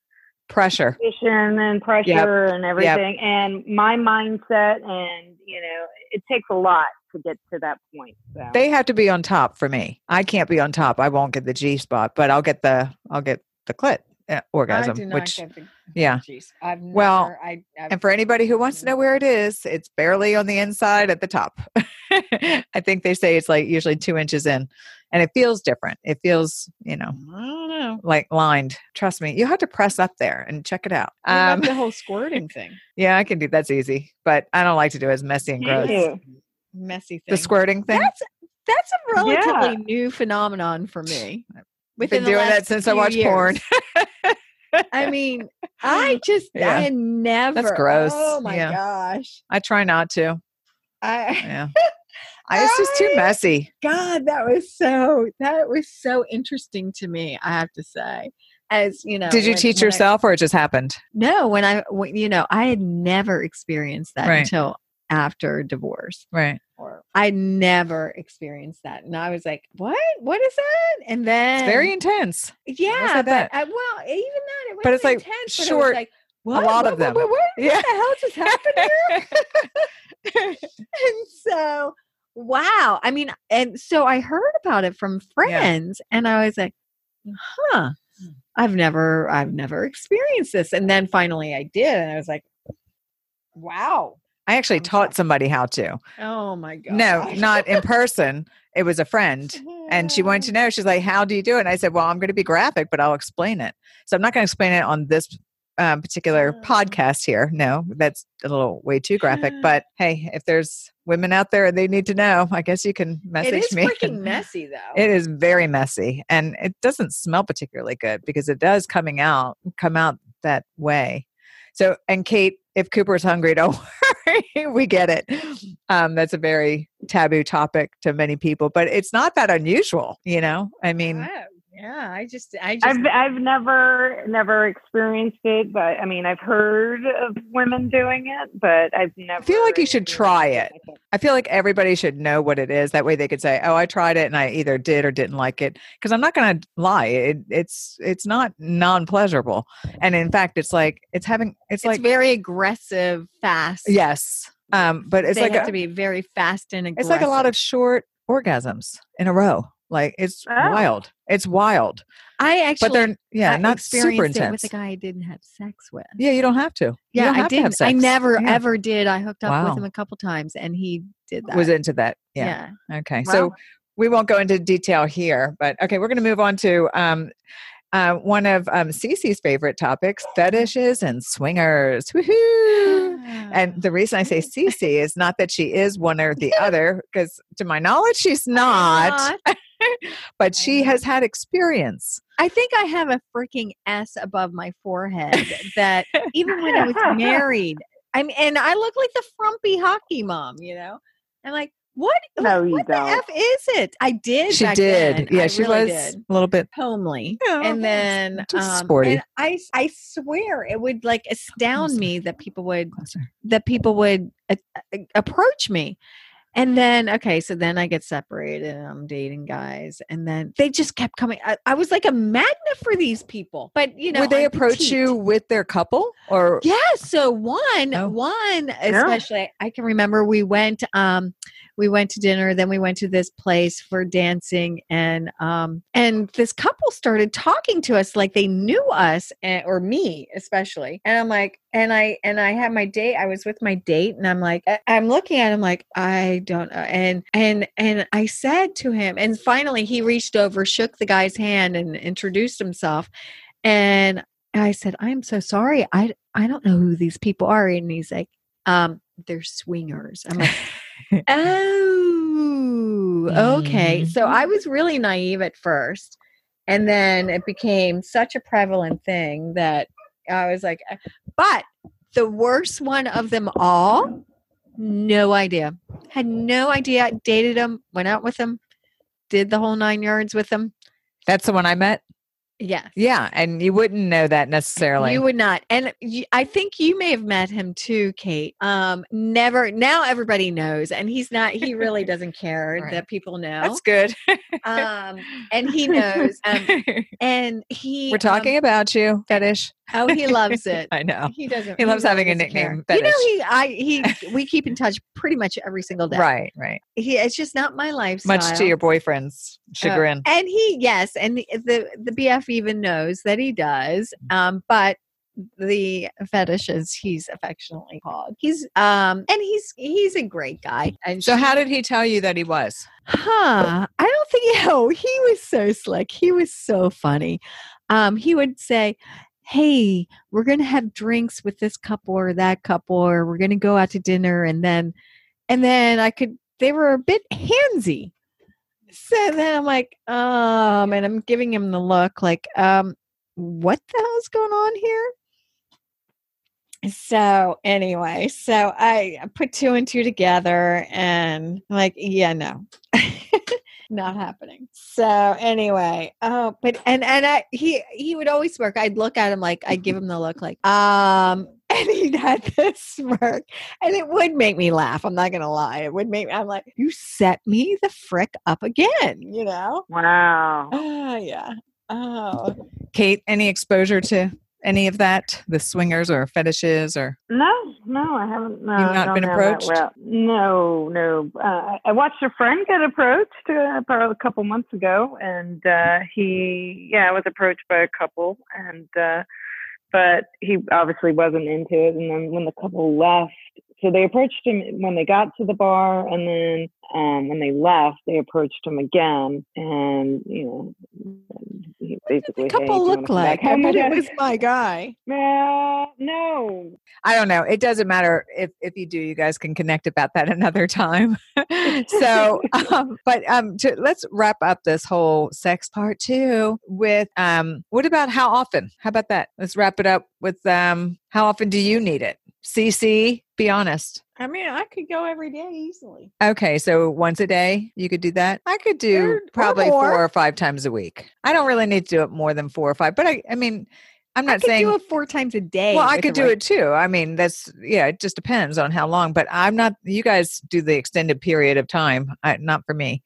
Pressure. vision and pressure and everything, and my mindset, and you know, it takes a lot to get to that point. So. They have to be on top for me. I can't be on top. I won't get the G spot, but I'll get the I'll get the clit uh, orgasm. which the yeah. Jeez, I've Well, never- I, I've, And for anybody who wants to know where it is, it's barely on the inside at the top. I think they say it's like usually two inches in, and it feels different. It feels you know I don't know. like lined. Trust me, you have to press up there and check it out. What about Um, the whole squirting thing, yeah, I can do that's easy, but I don't like to do it as messy and gross. Thank you. messy thing. The squirting thing. That's that's a Yeah. relatively new phenomenon for me. uh, Been doing that since I few watched porn. years. I mean, I just Yeah. I never. gross. Oh my Yeah. gosh. I try not to. I Yeah. I, it's just too I- messy. God, that was so. That was so interesting to me, I have to say. As you know, Did you when- teach when I- yourself or it just happened? no, when I, when, you know, I had never experienced that Right. until after divorce. Right. Or I never experienced that, and I was like, "What? What is that?" And then, It's very intense. Yeah, at but that. I, well, even that. It But it's like wasn't intense, but it was short- like, a lot of them. What, what, Yeah. what the hell just happened here? and so wow i mean and so i heard about it from friends and i was like huh Hmm. i've never i've never experienced this and then finally i did and i was like wow I actually I'm taught sorry. somebody how to. oh my god No, not in person. It was a friend. And she wanted to know, she's like, How do you do it? And I said, Well, I'm going to be graphic, but I'll explain it. So I'm not going to explain it on this um, particular Oh. podcast here. No, that's a little way too graphic. But hey, if there's women out there and they need to know, I guess you can it message is me. freaking messy though It is very messy and it doesn't smell particularly good because it does coming out come out that way. So and Kate, if Cooper's hungry, don't worry. we get it. Um, that's a very taboo topic to many people, but it's not that unusual, you know? I mean Wow. yeah i just i just I've I've never never experienced it, but I mean I've heard of women doing it, but I've never. feel like you should try it. I feel like everybody should know what it is. That way they could say, "Oh, I tried it and I either did or didn't like it." Because I'm not going to lie, it, it's it's not non pleasurable, and in fact, it's like it's having it's, it's like very aggressive fast yes, um, but it's they like have a, to be very fast and aggressive. it's like a lot of short orgasms in a row. Like it's Oh. wild, it's wild, i actually but they're yeah I not super experienced it intense. with a guy i didn't have sex with yeah, you don't have to. You Yeah, don't I have to have didn't. I sex. never Yeah. ever did. I hooked up Wow. with him a couple times, and he did that. was into that. Yeah. Okay. So Wow. we won't go into detail here, but okay, we're going to move on to um, uh, one of um, Cece's favorite topics fetishes and swingers. Woohoo! And the reason I say Cece is not that she is one or the other, because to my knowledge, she's not, but she has had experience. I think I have a freaking S above my forehead that even when I was married, I'm and I look like the frumpy hockey mom. You know, I'm like, what? No, what, you what don't. the f is it? I did. She back did. then. Yeah, I she was really did. a little bit. homely. Yeah, and then Oh, just um, sporty. And I, I swear it would like astound me that people would closer. that people would a- a- approach me. And then, okay, so then I get separated and I'm dating guys. And then they just kept coming. I, I was like a magnet for these people. But, you know, Would they I'm approach petite. you with their couple or? Yeah. So one, Oh. one especially, I can remember we went, um, we went to dinner, then we went to this place for dancing, and um, and this couple started talking to us like they knew us, and, or me especially. And I'm like, and I and I had my date. I was with my date, and I'm like, I, I'm looking at him like I don't know, and and and I said to him, and finally he reached over, shook the guy's hand, and introduced himself, and and I said, I'm so sorry. I I don't know who these people are. And he's like, um, they're swingers. I'm like, oh, okay. So I was really naive at first. And then it became such a prevalent thing that I was like, uh, but the worst one of them all, no idea. Had no idea. Dated him, went out with him, did the whole nine yards with him. That's the one I met. Yeah. Yeah. And you wouldn't know that necessarily. You would not. And you, I think you may have met him too, Kate. Um, never. Now everybody knows, and he's not. He really doesn't care Right. that people know. That's good. Um, and he knows. Um, and he. We're talking about you, fetish. Um, oh, he loves it. I know. He doesn't. He loves having a doesn't nickname, care. You know, fetish. he. I. He. We keep in touch pretty much every single day. Right, right. He. It's just not my lifestyle. Much to your boyfriend's Uh, chagrin. and he yes and the, the the bf even knows that he does Mm. um but the fetishes he's affectionately called he's um and he's he's a great guy and so, she- how did he tell you that he was? huh i don't think oh he was so slick he was so funny um he would say hey we're gonna have drinks with this couple or that couple or we're gonna go out to dinner and then and then i could they were a bit handsy so then i'm like um and i'm giving him the look like um what the hell's going on here So anyway, so I put two and two together and I'm like, yeah, no. Not happening. So anyway, oh, but and and I he he would always smirk. I'd look at him like I'd give him the look like um, and he had this smirk, and it would make me laugh. I'm not gonna lie, it would make I'm like, you set me the frick up again, you know? Wow. Oh yeah. Oh, Kate, any exposure to any of that, the swingers or fetishes or No, no, I haven't. No, You've not gone been down that approached? route. No, no. Uh, I- I watched a friend get approached uh, about a couple months ago, and uh, he, yeah, I was approached by a couple, and uh, but he obviously wasn't into it. And then when the couple left, so they approached him when they got to the bar, and then um, when they left, they approached him again, and you know, he basically the hey, do you couple wanna look come back like? I home bet it again? was my guy. Uh, no, I don't know. It doesn't matter if if you do. You guys can connect about that another time. so, um, but um, to, let's wrap up this whole sex part too with um, what about how often? How about that? Let's wrap it up with um, how often do you need it? CC, be honest. I mean, I could go every day easily. Okay, so once a day you could do that. I could do Or- or probably more. four or five times a week. I don't really need to do it more than four or five. But I, I mean, I'm I not could saying do it four times a day. Well, I with could the do right- it too. I mean, that's yeah. It just depends on how long. But I'm not. You guys do the extended period of time. I, not for me.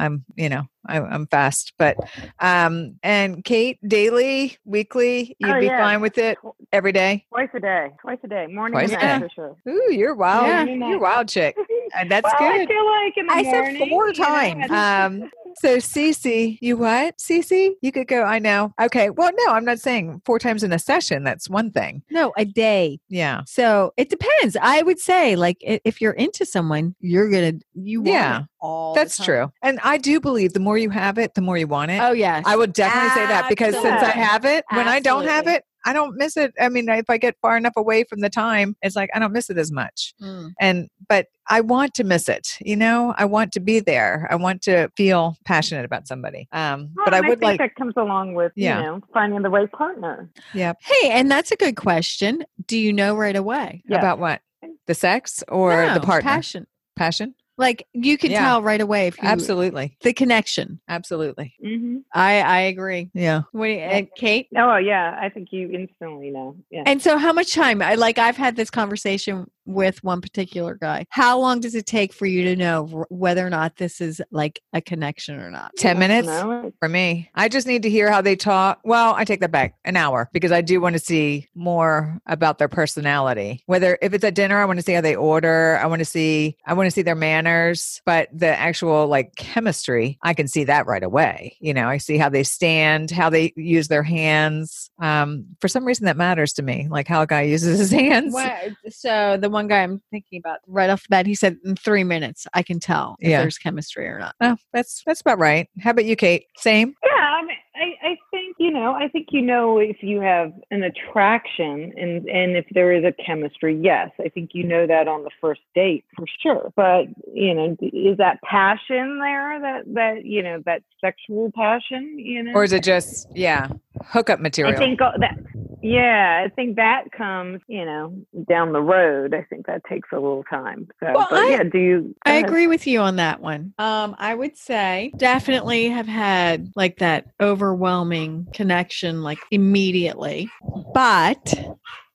I'm you know I, I'm fast. But um and Kate, daily, weekly, you'd Oh, be yeah. fine with it every day. Twice a day. Twice a day. Morning Twice and a night day. for sure. Ooh, you're wild. Yeah. You're a wild chick. And that's well, I good. feel like in the I said morning, four you know, times. and- Um, so Cece, you what? Cece, you could go. I know. Okay. Well, no, I'm not saying four times in a session. That's one thing. No, a day. Yeah. So it depends. I would say, like, i- if you're into someone, you're gonna you want Yeah. it all. the That's time. true. And I do believe the more you have it, the more you want it. Oh yes, I would definitely say that because since I Absolutely. have it, when I don't have Absolutely. it, I don't miss it. I mean, if I get far enough away from the time, it's like I don't miss it as much. Mm. And but I want to miss it, you know? I want to be there. I want to feel passionate about somebody. Um Well, but I and would think like that comes along with Yeah. you know finding the right partner. yeah, Hey, and that's a good question. Do you know right away Yeah. about what? The sex or the No, partner? passion? Passion? Like you can Yeah. tell right away if you Absolutely. the connection. Absolutely. Mm-hmm. I I agree. Yeah. What do you, uh, Kate? Oh yeah, I think you instantly know. Yeah. And so, how much time? I like. I've had this conversation with one particular guy. How long does it take for you to know r- whether or not this is like a connection or not? 10 You minutes? know, it's- for me. I just need to hear how they talk. Well, I take that back an hour because I do want to see more about their personality. Whether if it's at dinner, I want to see how they order. I want to see I want to see their manners, but the actual like chemistry, I can see that right away. You know, I see how they stand, how they use their hands. Um, for some reason that matters to me, like how a guy uses his hands. Wha- so the one guy I'm thinking about right off the bat, he said in three minutes I can tell if Yeah. there's chemistry or not. Oh, that's that's about right. How about you, Kate? Same? Yeah, I, mean, I I think you know. I think you know if you have an attraction and and if there is a chemistry. Yes, I think you know that on the first date for sure. But you know, is that passion there? That that you know that sexual passion? You know, Or is it just yeah, hookup material? I think all that. Yeah, I think that comes, you know, down the road. I think that takes a little time. So, Well, but I- yeah, do you? I go ahead. agree with you on that one. Um, I would say definitely have had like that overwhelming connection like immediately. But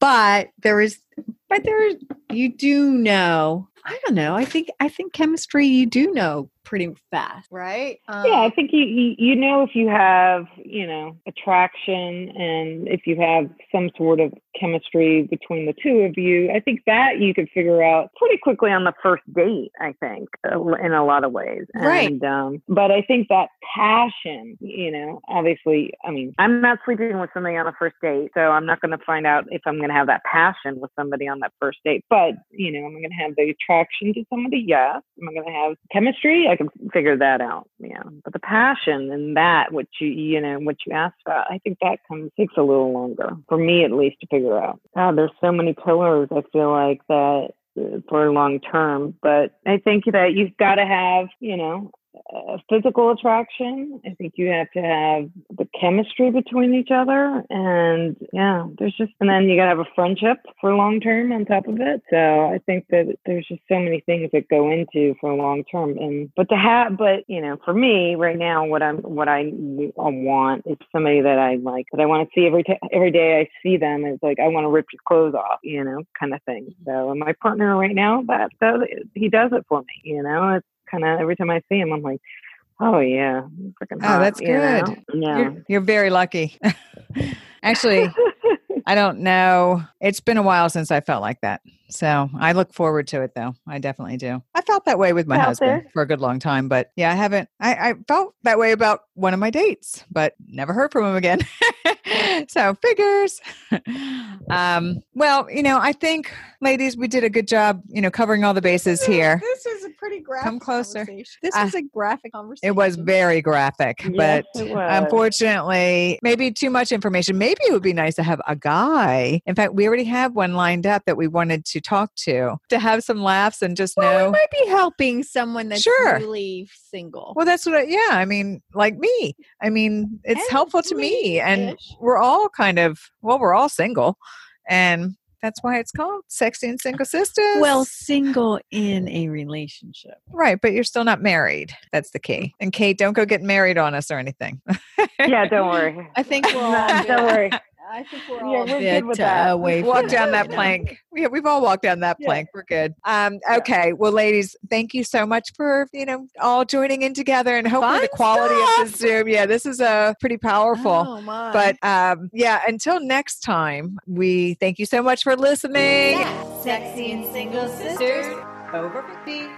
but there is but there is you do know. I don't know. I think I think chemistry you do know pretty fast, right? Um, Yeah, I think you, you you know if you have you know attraction and if you have some sort of chemistry between the two of you. I think that you could figure out pretty quickly on the first date. I think uh, in a lot of ways, Right. And, um, but I think that passion, you know, obviously, I mean, I'm not sleeping with somebody on a first date, so I'm not going to find out if I'm going to have that passion with somebody on that first date. But you know, am I going to have the attraction to somebody? Yes. Am I going to have chemistry? I can figure that out. Yeah. But the passion and that, what you you know, what you asked about, I think that comes takes a little longer for me at least to figure out. God, there's so many pillars. I feel like that uh, for long term but i think that you've got to have you know uh, physical attraction. I think you have to have the chemistry between each other. And yeah, there's just, and then you got to have a friendship for long term on top of it. So I think that there's just so many things that go into for long term. And, but to have, but you know, for me right now, what I'm, what I, I want is somebody that I like, that I want to see every, t- every day I see them. It's like, I want to rip your clothes off, you know, kind of thing. Mm-hmm. So and my partner right now, that, that he does it for me, you know, it's, kind of every time I see him, I'm like, oh yeah, oh, that's good. Know? Yeah, you're, you're, very lucky. Actually, I don't know. It's been a while since I felt like that, so I look forward to it though. I definitely do. I felt that way with my Out husband there. for a good long time, but yeah, I haven't. I, I felt that way about one of my dates, but never heard from him again. so figures. um, well, you know, I think, ladies, we did a good job, you know, covering all the bases this here. Is, this is a pretty graphic. Come closer. This uh, is a graphic conversation. It was very graphic, yes, but Uh, unfortunately, maybe too much information. Maybe it would be nice to have a guy. In fact, we already have one lined up that we wanted to talk to to have some laughs and just well, know. We might be helping someone that's sure. really single. Well, that's what. I, yeah, I mean, like me. I mean, it's and helpful to me, and we're all kind of well, we're all single, and that's why it's called Sexy and Single Sisters. Well, single in a relationship. Right, but you're still not married. That's the key. And Kate, don't go get married on us or anything. yeah, don't worry. I think we're all no, don't worry. I think we're all yeah, we're good with that. away from Walk down that plank. Yeah, we've all walked down that plank. Yeah. We're good. Um, okay. Yeah. Well, ladies, thank you so much for you know all joining in together, and hopefully Fun the quality stuff. of the Zoom. Yeah, this is a uh, pretty powerful. Oh, my. But um, yeah, until next time, we thank you so much for listening. Sexy and single sisters over for